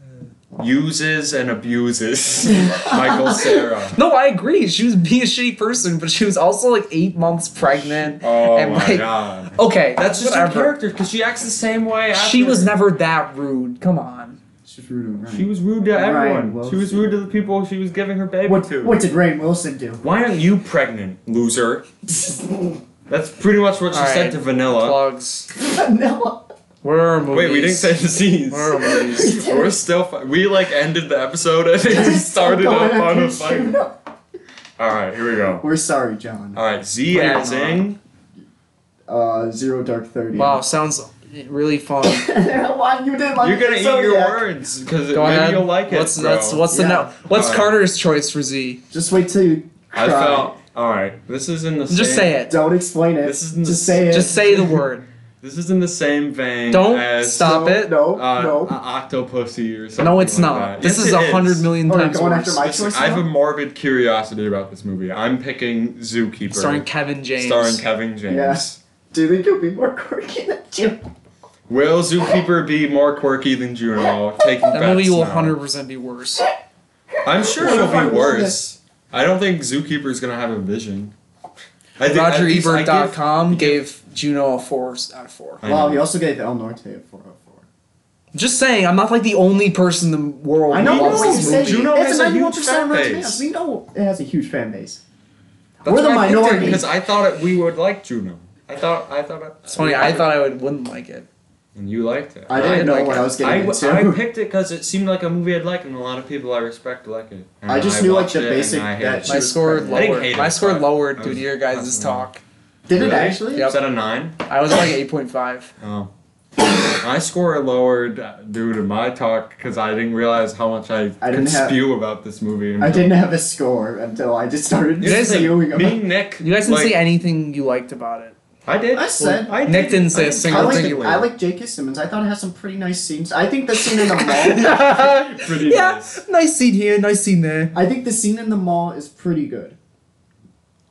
Speaker 2: Uh. uses and abuses Michael Sarah.
Speaker 3: No, I agree. She was being a shitty person, but she was also like eight months pregnant.
Speaker 2: Oh
Speaker 3: and
Speaker 2: my
Speaker 3: like,
Speaker 2: god.
Speaker 3: Okay,
Speaker 2: That's just her
Speaker 3: whatever.
Speaker 2: character because she acts the same way. After.
Speaker 3: She was never that rude. Come on.
Speaker 1: She's rude and
Speaker 2: She was rude to
Speaker 1: Ryan
Speaker 2: everyone. she
Speaker 1: Wilson.
Speaker 2: was rude to the people she was giving her baby
Speaker 1: What,
Speaker 2: to.
Speaker 1: what did Rain Wilson do?
Speaker 2: Why aren't you pregnant, loser? That's pretty much what she
Speaker 3: All
Speaker 2: said
Speaker 3: right.
Speaker 2: to Vanilla.
Speaker 3: Plugs.
Speaker 1: no.
Speaker 3: Where are movies?
Speaker 2: Wait, we didn't say the scenes.
Speaker 3: Where are movies?
Speaker 2: We're still. Fi- we like ended the episode and then we started
Speaker 1: Going
Speaker 2: up on a
Speaker 1: after
Speaker 2: fight.
Speaker 1: Juno.
Speaker 2: All right, here we go.
Speaker 1: We're sorry, John.
Speaker 2: All right, Z
Speaker 3: Bring it
Speaker 2: as
Speaker 3: on.
Speaker 2: in.
Speaker 1: Uh, Zero Dark Thirty.
Speaker 3: Wow, sounds really fun.
Speaker 1: Why you didn't like
Speaker 2: You're gonna eat
Speaker 1: Zodiac?
Speaker 2: your words because maybe
Speaker 3: Go ahead.
Speaker 2: you'll like it.
Speaker 3: What's
Speaker 2: bro.
Speaker 3: that's what's the
Speaker 1: Yeah.
Speaker 3: no, what's
Speaker 2: Uh,
Speaker 3: Carter's choice for Z?
Speaker 1: Just wait till you cry.
Speaker 2: I felt all right. This is in the
Speaker 3: Just
Speaker 2: same-
Speaker 3: say it.
Speaker 1: Don't explain it.
Speaker 2: This isn't-
Speaker 1: just say it.
Speaker 3: Just say the word.
Speaker 2: This is in the same vein.
Speaker 3: Don't
Speaker 2: as,
Speaker 1: No,
Speaker 3: stop. it.
Speaker 1: No,
Speaker 2: Uh,
Speaker 1: no.
Speaker 2: a- Octopussy or something.
Speaker 3: No, it's
Speaker 2: like
Speaker 3: not.
Speaker 2: that.
Speaker 3: This
Speaker 2: Yes,
Speaker 3: is
Speaker 2: it
Speaker 3: a hundred million
Speaker 1: Alright,
Speaker 3: times
Speaker 1: going
Speaker 3: worse.
Speaker 1: after my
Speaker 2: Listen,
Speaker 1: choice
Speaker 2: I have
Speaker 1: now?
Speaker 2: a morbid curiosity about this movie. I'm picking Zookeeper,
Speaker 3: Starring Kevin James.
Speaker 2: starring Kevin James.
Speaker 1: Yeah. Do you think you'll be more quirky than Jim?
Speaker 2: Will Zookeeper be more quirky than Juno? Taking
Speaker 3: That
Speaker 2: bets
Speaker 3: movie will
Speaker 2: now.
Speaker 3: hundred percent be worse.
Speaker 2: I'm sure
Speaker 1: What if I
Speaker 2: it'll
Speaker 1: won
Speaker 2: be worse. I don't think Zookeeper's gonna have a vision. I think- at least I give-
Speaker 3: RogerEbert.com gave Juno a four out of four.
Speaker 2: I
Speaker 1: Wow,
Speaker 2: know.
Speaker 1: he also gave El Norte a 404.
Speaker 3: Just saying, I'm not like the only person in the world
Speaker 1: I
Speaker 3: who
Speaker 1: know,
Speaker 3: loves
Speaker 1: what you
Speaker 3: this
Speaker 1: said.
Speaker 3: movie.
Speaker 2: Juno
Speaker 1: it's
Speaker 2: has a huge
Speaker 1: 91%
Speaker 2: fan
Speaker 1: Rotten
Speaker 2: base.
Speaker 1: Tomatoes. We know it has a huge fan base.
Speaker 3: That's
Speaker 1: We're the
Speaker 3: why I picked it,
Speaker 1: minority.
Speaker 2: because I thought it, we would like Juno. I thought I thought it,
Speaker 3: It's funny. I thought I would wouldn't like it.
Speaker 2: and you liked it.
Speaker 1: I didn't
Speaker 3: I
Speaker 1: know
Speaker 3: like
Speaker 1: what
Speaker 3: it.
Speaker 1: I was getting
Speaker 2: I,
Speaker 1: into.
Speaker 2: I picked it because it seemed like a movie I'd like, and a lot of people I respect like it. And
Speaker 1: I just knew, like,
Speaker 2: watched
Speaker 1: the
Speaker 2: it, and
Speaker 1: basic-
Speaker 2: I hated
Speaker 1: that
Speaker 2: it.
Speaker 1: She
Speaker 3: My
Speaker 1: was
Speaker 3: score
Speaker 1: pregnant. I
Speaker 2: didn't
Speaker 3: lowered.
Speaker 2: hate it,
Speaker 3: My score
Speaker 2: but
Speaker 3: lowered
Speaker 2: I
Speaker 3: due
Speaker 2: was
Speaker 3: to your guys'
Speaker 2: fascinated.
Speaker 3: talk.
Speaker 1: Did it
Speaker 2: Really?
Speaker 1: actually?
Speaker 3: Yep.
Speaker 2: Is that a nine?
Speaker 3: I was like eight point five.
Speaker 2: Oh. my score lowered due to my talk because I didn't realize how much I,
Speaker 1: I
Speaker 2: could
Speaker 1: didn't have-
Speaker 2: spew about this movie.
Speaker 1: I didn't have a score until I just started
Speaker 2: You guys, like,
Speaker 1: spewing about
Speaker 2: me, Nick.
Speaker 3: You guys didn't
Speaker 2: like,
Speaker 3: say anything you liked about it.
Speaker 2: I did.
Speaker 1: I said-
Speaker 2: I
Speaker 3: Nick didn't say a
Speaker 2: I
Speaker 3: single
Speaker 1: I
Speaker 3: Single
Speaker 1: like,
Speaker 3: thing.
Speaker 1: I like J.K. Simmons. I thought it had some pretty nice scenes. I think the scene in the mall.
Speaker 2: Pretty
Speaker 3: yeah,
Speaker 2: nice.
Speaker 3: scene here, nice scene there.
Speaker 1: I think the scene in the mall is pretty good.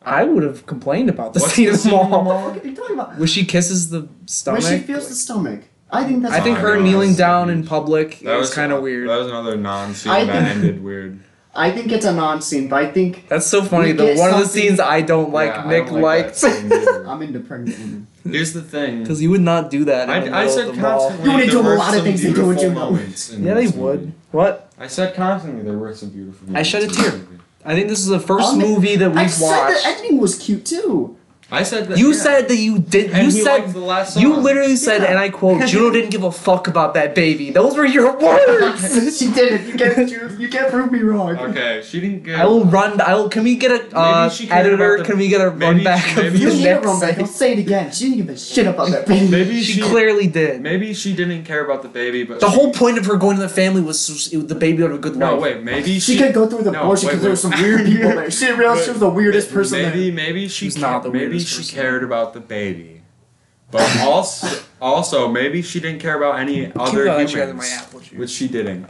Speaker 3: I would have complained about the
Speaker 2: What's
Speaker 3: scene
Speaker 2: the
Speaker 3: in the
Speaker 2: scene in the
Speaker 3: mall.
Speaker 2: mall?
Speaker 1: What are you talking about?
Speaker 3: Where she kisses the
Speaker 1: Where
Speaker 3: stomach.
Speaker 1: she feels the stomach. I think that's.
Speaker 3: I think
Speaker 2: Oh,
Speaker 3: her
Speaker 2: no,
Speaker 3: kneeling
Speaker 2: that's
Speaker 3: down
Speaker 2: huge.
Speaker 3: in public
Speaker 2: That
Speaker 3: is kind of
Speaker 2: That
Speaker 3: weird.
Speaker 2: was another non scene
Speaker 1: I
Speaker 2: that
Speaker 1: think-
Speaker 2: ended weird.
Speaker 1: I think it's a non-scene, but I think
Speaker 3: That's so funny.
Speaker 1: You
Speaker 3: The
Speaker 1: get
Speaker 3: one of the
Speaker 1: something-
Speaker 3: scenes I don't like,
Speaker 2: Yeah, I
Speaker 3: Nick
Speaker 2: don't like that
Speaker 3: liked.
Speaker 2: scene either.
Speaker 1: I'm into pregnant women.
Speaker 2: Here's the thing.
Speaker 3: Because you would not do that. In the
Speaker 2: I, I
Speaker 3: middle
Speaker 2: said
Speaker 3: of the mall.
Speaker 2: constantly.
Speaker 1: You would've
Speaker 2: there
Speaker 1: done a
Speaker 2: were
Speaker 1: lot of
Speaker 2: some
Speaker 1: things they do in
Speaker 2: beautiful
Speaker 1: gym now.
Speaker 2: moments in
Speaker 3: Yeah, they
Speaker 2: this
Speaker 3: would.
Speaker 2: movie.
Speaker 3: What?
Speaker 2: I said constantly there were some beautiful.
Speaker 3: I
Speaker 2: moments
Speaker 3: shed a
Speaker 2: in
Speaker 3: tear.
Speaker 2: this movie.
Speaker 3: I think this is the first
Speaker 1: Um,
Speaker 3: movie that
Speaker 1: I
Speaker 3: we've
Speaker 1: said
Speaker 3: watched.
Speaker 1: the ending was cute too.
Speaker 2: I said that.
Speaker 3: you
Speaker 2: yeah.
Speaker 3: said that you did.
Speaker 2: And
Speaker 3: you
Speaker 2: we
Speaker 3: said
Speaker 2: liked the last
Speaker 3: you
Speaker 2: song.
Speaker 3: literally said,
Speaker 1: Yeah.
Speaker 3: and I quote, "Juno didn't give a fuck about that baby." Those were your words.
Speaker 1: she did it. You can't you, you can't prove me wrong.
Speaker 2: Okay, she didn't get.
Speaker 3: I will run. I will. Can we get a uh,
Speaker 2: she cared
Speaker 3: editor?
Speaker 2: about the-
Speaker 3: Can we get a
Speaker 2: maybe
Speaker 3: run
Speaker 2: she-
Speaker 3: back of
Speaker 2: maybe
Speaker 1: You
Speaker 3: the
Speaker 2: she-
Speaker 1: need it wrong
Speaker 3: next?
Speaker 1: back. Don't say it again. She didn't give a shit about that baby.
Speaker 2: Maybe
Speaker 3: She
Speaker 2: she,
Speaker 3: clearly did.
Speaker 2: Maybe she didn't care about the baby, but
Speaker 3: The
Speaker 2: she-
Speaker 3: whole point of her going to the family was so, it, the baby would have a good
Speaker 2: No,
Speaker 3: life.
Speaker 2: wait. Maybe
Speaker 1: She
Speaker 2: she,
Speaker 1: could go through the
Speaker 2: No,
Speaker 1: abortion
Speaker 2: wait,
Speaker 1: because there were
Speaker 2: wait.
Speaker 1: some weird people there. She didn't realize she was the weirdest
Speaker 2: Maybe-
Speaker 1: person
Speaker 2: Maybe
Speaker 1: there.
Speaker 2: maybe she
Speaker 3: She's
Speaker 2: ca-
Speaker 3: not the
Speaker 2: maybe
Speaker 3: weirdest
Speaker 2: she
Speaker 3: person.
Speaker 2: cared about the baby, but also also maybe she didn't care about any other
Speaker 3: that
Speaker 2: humans,
Speaker 3: shit out of my apple juice.
Speaker 2: which she didn't.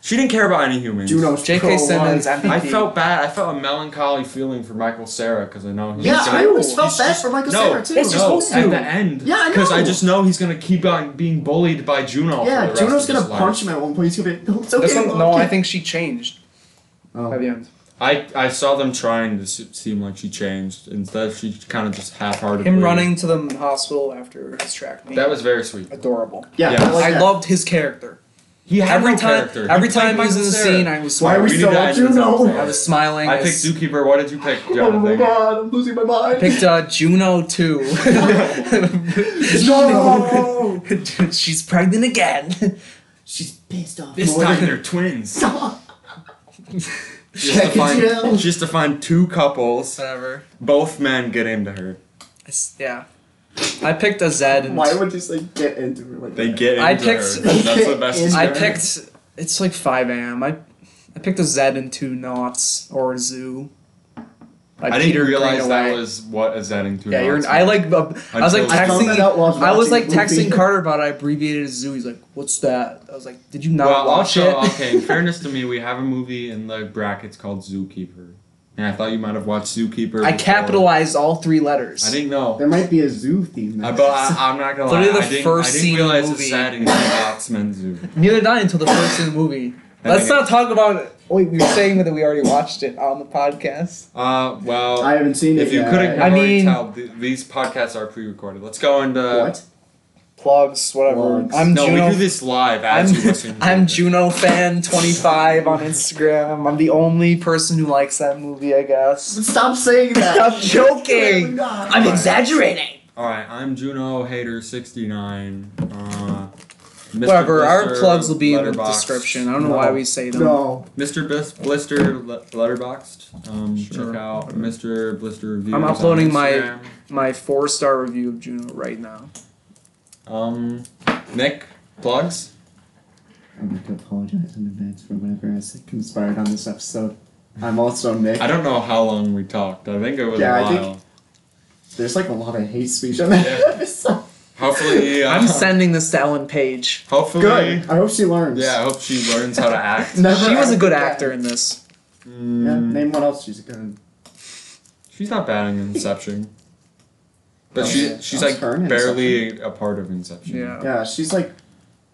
Speaker 2: She didn't care about any humans.
Speaker 1: Juno's
Speaker 3: J.K.
Speaker 1: pro-life.
Speaker 3: Simmons. MVP.
Speaker 2: I felt bad. I felt a melancholy feeling for Michael Sarah because I know he's
Speaker 1: Yeah,
Speaker 2: gonna.
Speaker 1: I always felt
Speaker 2: he's
Speaker 1: bad
Speaker 2: just-
Speaker 1: for Michael
Speaker 2: no,
Speaker 1: Cera too. Oh.
Speaker 3: it's just
Speaker 2: no,
Speaker 3: supposed
Speaker 2: at
Speaker 3: to.
Speaker 2: the end.
Speaker 1: Yeah, I
Speaker 2: Because I
Speaker 1: know.
Speaker 2: just know he's gonna keep on being bullied by Juno. for Oh, the
Speaker 1: Yeah,
Speaker 2: rest
Speaker 1: Juno's
Speaker 2: of
Speaker 1: gonna
Speaker 2: his life.
Speaker 1: punch him at one point. He's gonna be like, "It's okay."
Speaker 3: This one, no,
Speaker 1: okay."
Speaker 3: I think she changed
Speaker 1: Oh.
Speaker 3: by the end.
Speaker 2: I I saw them trying to se- seem like she changed. Instead, she kind of just half-hearted.
Speaker 3: Him running to the hospital after his track meet.
Speaker 2: That was very sweet.
Speaker 3: adorable.
Speaker 1: Yeah,
Speaker 2: Yeah.
Speaker 1: I, like
Speaker 3: I
Speaker 1: that.
Speaker 3: loved his character.
Speaker 2: He had
Speaker 3: Every
Speaker 2: no
Speaker 3: time,
Speaker 2: character.
Speaker 3: every
Speaker 2: He played
Speaker 3: time he was in
Speaker 2: Michael
Speaker 3: the
Speaker 2: Cera.
Speaker 3: scene, I was
Speaker 1: Why are
Speaker 3: smiling.
Speaker 1: we
Speaker 2: We
Speaker 1: still
Speaker 2: need to
Speaker 1: on
Speaker 2: end this
Speaker 1: Juno?
Speaker 2: episode.
Speaker 3: I was smiling.
Speaker 2: I
Speaker 3: I
Speaker 2: picked
Speaker 3: was-
Speaker 2: Zookeeper. What did you pick,
Speaker 1: Oh my
Speaker 2: Jonathan?
Speaker 1: god, I'm losing my mind.
Speaker 3: picked uh, Juno too.
Speaker 1: No.
Speaker 3: She's pregnant again.
Speaker 1: She's pissed off.
Speaker 2: this
Speaker 1: more
Speaker 2: time
Speaker 1: than-
Speaker 2: they're twins.
Speaker 1: Stop.
Speaker 2: She has, to
Speaker 1: Check it out.
Speaker 2: find, she has to find two couples.
Speaker 3: Whatever.
Speaker 2: Both men get into her.
Speaker 3: I s- yeah. I picked a Zed. And
Speaker 1: Why would you say get into her like
Speaker 2: They
Speaker 1: that?
Speaker 2: get into
Speaker 3: I picked-
Speaker 2: her. That's the best.
Speaker 1: I
Speaker 3: I
Speaker 2: story.
Speaker 3: picked. It's like 5 a.m. I, I picked a Zed and two knots or zoo. by
Speaker 2: I didn't realize that
Speaker 3: Greenaway.
Speaker 2: was what a Zetting two.
Speaker 3: Yeah, you're. An,
Speaker 2: knots
Speaker 3: I
Speaker 2: meant.
Speaker 3: like. uh, I was like
Speaker 2: Until- I
Speaker 1: found
Speaker 3: texting.
Speaker 1: that out while I was
Speaker 3: I was
Speaker 1: watching
Speaker 3: like
Speaker 1: the movie.
Speaker 3: texting Carter about. it, I abbreviated it as zoo. He's like, "What's that?" I was like, "Did you not
Speaker 2: well,
Speaker 3: watch
Speaker 2: also,
Speaker 3: it?"
Speaker 2: okay. In fairness to me, we have a movie in the brackets called Zookeeper, and I thought you might have watched Zookeeper.
Speaker 3: I
Speaker 2: before.
Speaker 3: capitalized all three letters.
Speaker 2: I didn't know.
Speaker 1: There might be a zoo theme.
Speaker 2: I,
Speaker 1: there.
Speaker 2: but I, I'm not gonna lie.
Speaker 3: Literally the
Speaker 2: I didn't,
Speaker 3: first
Speaker 2: I didn't
Speaker 3: scene in the
Speaker 2: realize
Speaker 3: movie.
Speaker 2: the setting was Knots Men's Zoo.
Speaker 3: Neither did I until the first in the movie.
Speaker 2: I
Speaker 3: Let's
Speaker 2: think it-
Speaker 3: not talk about it. Oh, Wait, we were saying that we already watched it on the podcast.
Speaker 2: Uh, well,
Speaker 1: I haven't seen it
Speaker 2: if you
Speaker 1: yet.
Speaker 2: couldn't
Speaker 3: I
Speaker 2: already
Speaker 3: mean-
Speaker 2: tell, th- these podcasts are pre-recorded. Let's go into
Speaker 1: What?
Speaker 3: Plugs, whatever.
Speaker 1: Plugs.
Speaker 3: I'm
Speaker 2: No,
Speaker 3: Juno.
Speaker 2: we do this live as you listen.
Speaker 3: I'm,
Speaker 2: to
Speaker 3: I'm
Speaker 2: it.
Speaker 3: Juno fan 25 on Instagram. I'm the only person who likes that movie, I guess.
Speaker 1: Stop saying that. Oh
Speaker 3: I'm joking.
Speaker 1: I
Speaker 3: I'm exaggerating.
Speaker 2: All right, I'm Juno Hater 69. Uh, Mr.
Speaker 3: Whatever. Our
Speaker 2: Blister,
Speaker 3: plugs will be in the
Speaker 2: Letterboxd.
Speaker 3: description. I don't know
Speaker 1: No.
Speaker 3: why we say them.
Speaker 1: no.
Speaker 2: Mr. Bis- Blister le- Letterboxed. Um,
Speaker 3: Sure.
Speaker 2: Check out Mr. Blister reviews.
Speaker 3: I'm uploading
Speaker 2: on
Speaker 3: my-
Speaker 2: Instagram.
Speaker 3: My four star review of Juno right now.
Speaker 2: Um, Nick, plugs?
Speaker 1: I'm going to apologize in advance for whatever has conspired on this episode. I'm also Nick.
Speaker 2: I don't know how long we talked. I think it was
Speaker 1: Yeah,
Speaker 2: a
Speaker 1: I
Speaker 2: while.
Speaker 1: think- There's like a lot of hate speech on that
Speaker 2: Yeah.
Speaker 1: episode.
Speaker 2: Hopefully, uh,
Speaker 3: I'm sending this to Ellen Page.
Speaker 2: hopefully,
Speaker 1: Good. I hope she learns.
Speaker 2: yeah. I hope she learns how to act.
Speaker 1: Never
Speaker 3: She was a
Speaker 1: ever
Speaker 3: good
Speaker 1: again.
Speaker 3: actor in this.
Speaker 1: Yeah,
Speaker 2: Mm,
Speaker 1: name what else she's good in.
Speaker 2: she's not bad in Inception, but
Speaker 1: No,
Speaker 2: she
Speaker 1: yeah,
Speaker 2: she's
Speaker 1: that's
Speaker 2: like
Speaker 1: her in
Speaker 2: barely a part of Inception.
Speaker 3: Yeah.
Speaker 1: Yeah, she's like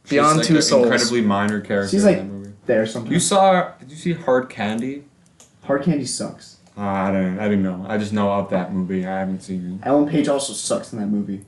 Speaker 2: She's
Speaker 3: Beyond
Speaker 2: like
Speaker 3: Two
Speaker 2: an
Speaker 3: Souls.
Speaker 2: Incredibly minor character.
Speaker 1: She's like-
Speaker 2: in that movie.
Speaker 1: there sometimes.
Speaker 2: You saw? Did you see Hard Candy?
Speaker 1: Hard Candy sucks.
Speaker 2: Uh, I don't. I didn't know. I just know of that movie. I haven't seen it.
Speaker 1: Ellen Page also sucks in that movie.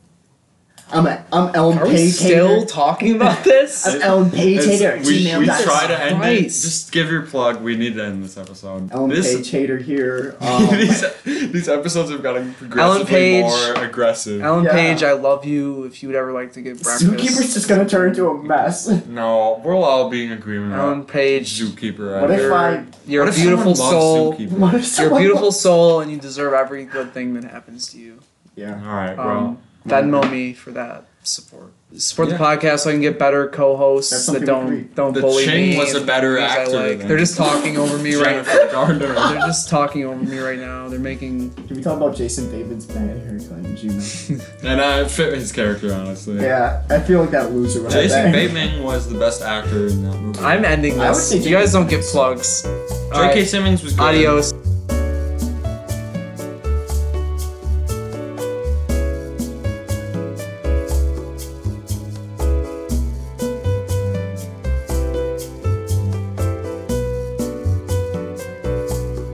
Speaker 1: I'm a, I'm Ellen
Speaker 3: Are
Speaker 1: Page.
Speaker 3: we still
Speaker 1: hater.
Speaker 3: talking about this?
Speaker 1: I'm Ellen Page
Speaker 2: It's-
Speaker 1: hater. at
Speaker 2: we, we
Speaker 1: gmail.com.
Speaker 2: try to end it.
Speaker 3: Christ.
Speaker 2: Just give your plug. We need to end this episode.
Speaker 1: Ellen
Speaker 2: this,
Speaker 1: Page hater here. Um,
Speaker 2: these, these episodes have gotten progressively
Speaker 3: Page.
Speaker 2: more aggressive.
Speaker 3: Ellen
Speaker 1: Yeah.
Speaker 3: Page, I love you. If you would ever like to get breakfast,
Speaker 1: Zookeeper's just gonna turn into a mess.
Speaker 2: no, we'll all be in agreement.
Speaker 3: Ellen
Speaker 2: about
Speaker 3: Page,
Speaker 2: Zookeeper.
Speaker 1: What if
Speaker 2: you're,
Speaker 1: I-
Speaker 3: you're
Speaker 2: what
Speaker 3: a
Speaker 2: if someone
Speaker 3: beautiful
Speaker 2: loves
Speaker 3: soul.
Speaker 2: Zookeeper?
Speaker 1: what if
Speaker 3: You're a
Speaker 1: someone-
Speaker 3: beautiful soul, and you deserve every good thing that happens to you.
Speaker 1: Yeah.
Speaker 2: All right, bro.
Speaker 3: Um, Venmo me for that support. Support
Speaker 2: Yeah.
Speaker 3: the podcast so I can get better
Speaker 1: That's
Speaker 3: co-hosts that
Speaker 1: something
Speaker 3: don't
Speaker 1: we agree.
Speaker 3: don't
Speaker 2: The
Speaker 3: bully
Speaker 2: Ching
Speaker 3: me.
Speaker 2: was a
Speaker 3: and
Speaker 2: better
Speaker 3: things I
Speaker 2: actor
Speaker 3: like.
Speaker 2: than-
Speaker 3: They're just talking over me right now.
Speaker 2: Jennifer Garner.
Speaker 3: They're just talking over me right now. They're making
Speaker 1: Can we talk about Jason Bateman's bad haircut in Gmail?
Speaker 2: and I fit his character honestly.
Speaker 1: yeah, I feel like that loser. would have
Speaker 2: Jason
Speaker 1: that.
Speaker 2: Bateman was the best actor in that movie.
Speaker 3: I'm ending
Speaker 1: I would
Speaker 3: this.
Speaker 1: say
Speaker 3: You guys don't get plugs.
Speaker 2: J.K.
Speaker 3: All right.
Speaker 2: Simmons was good.
Speaker 3: Adios.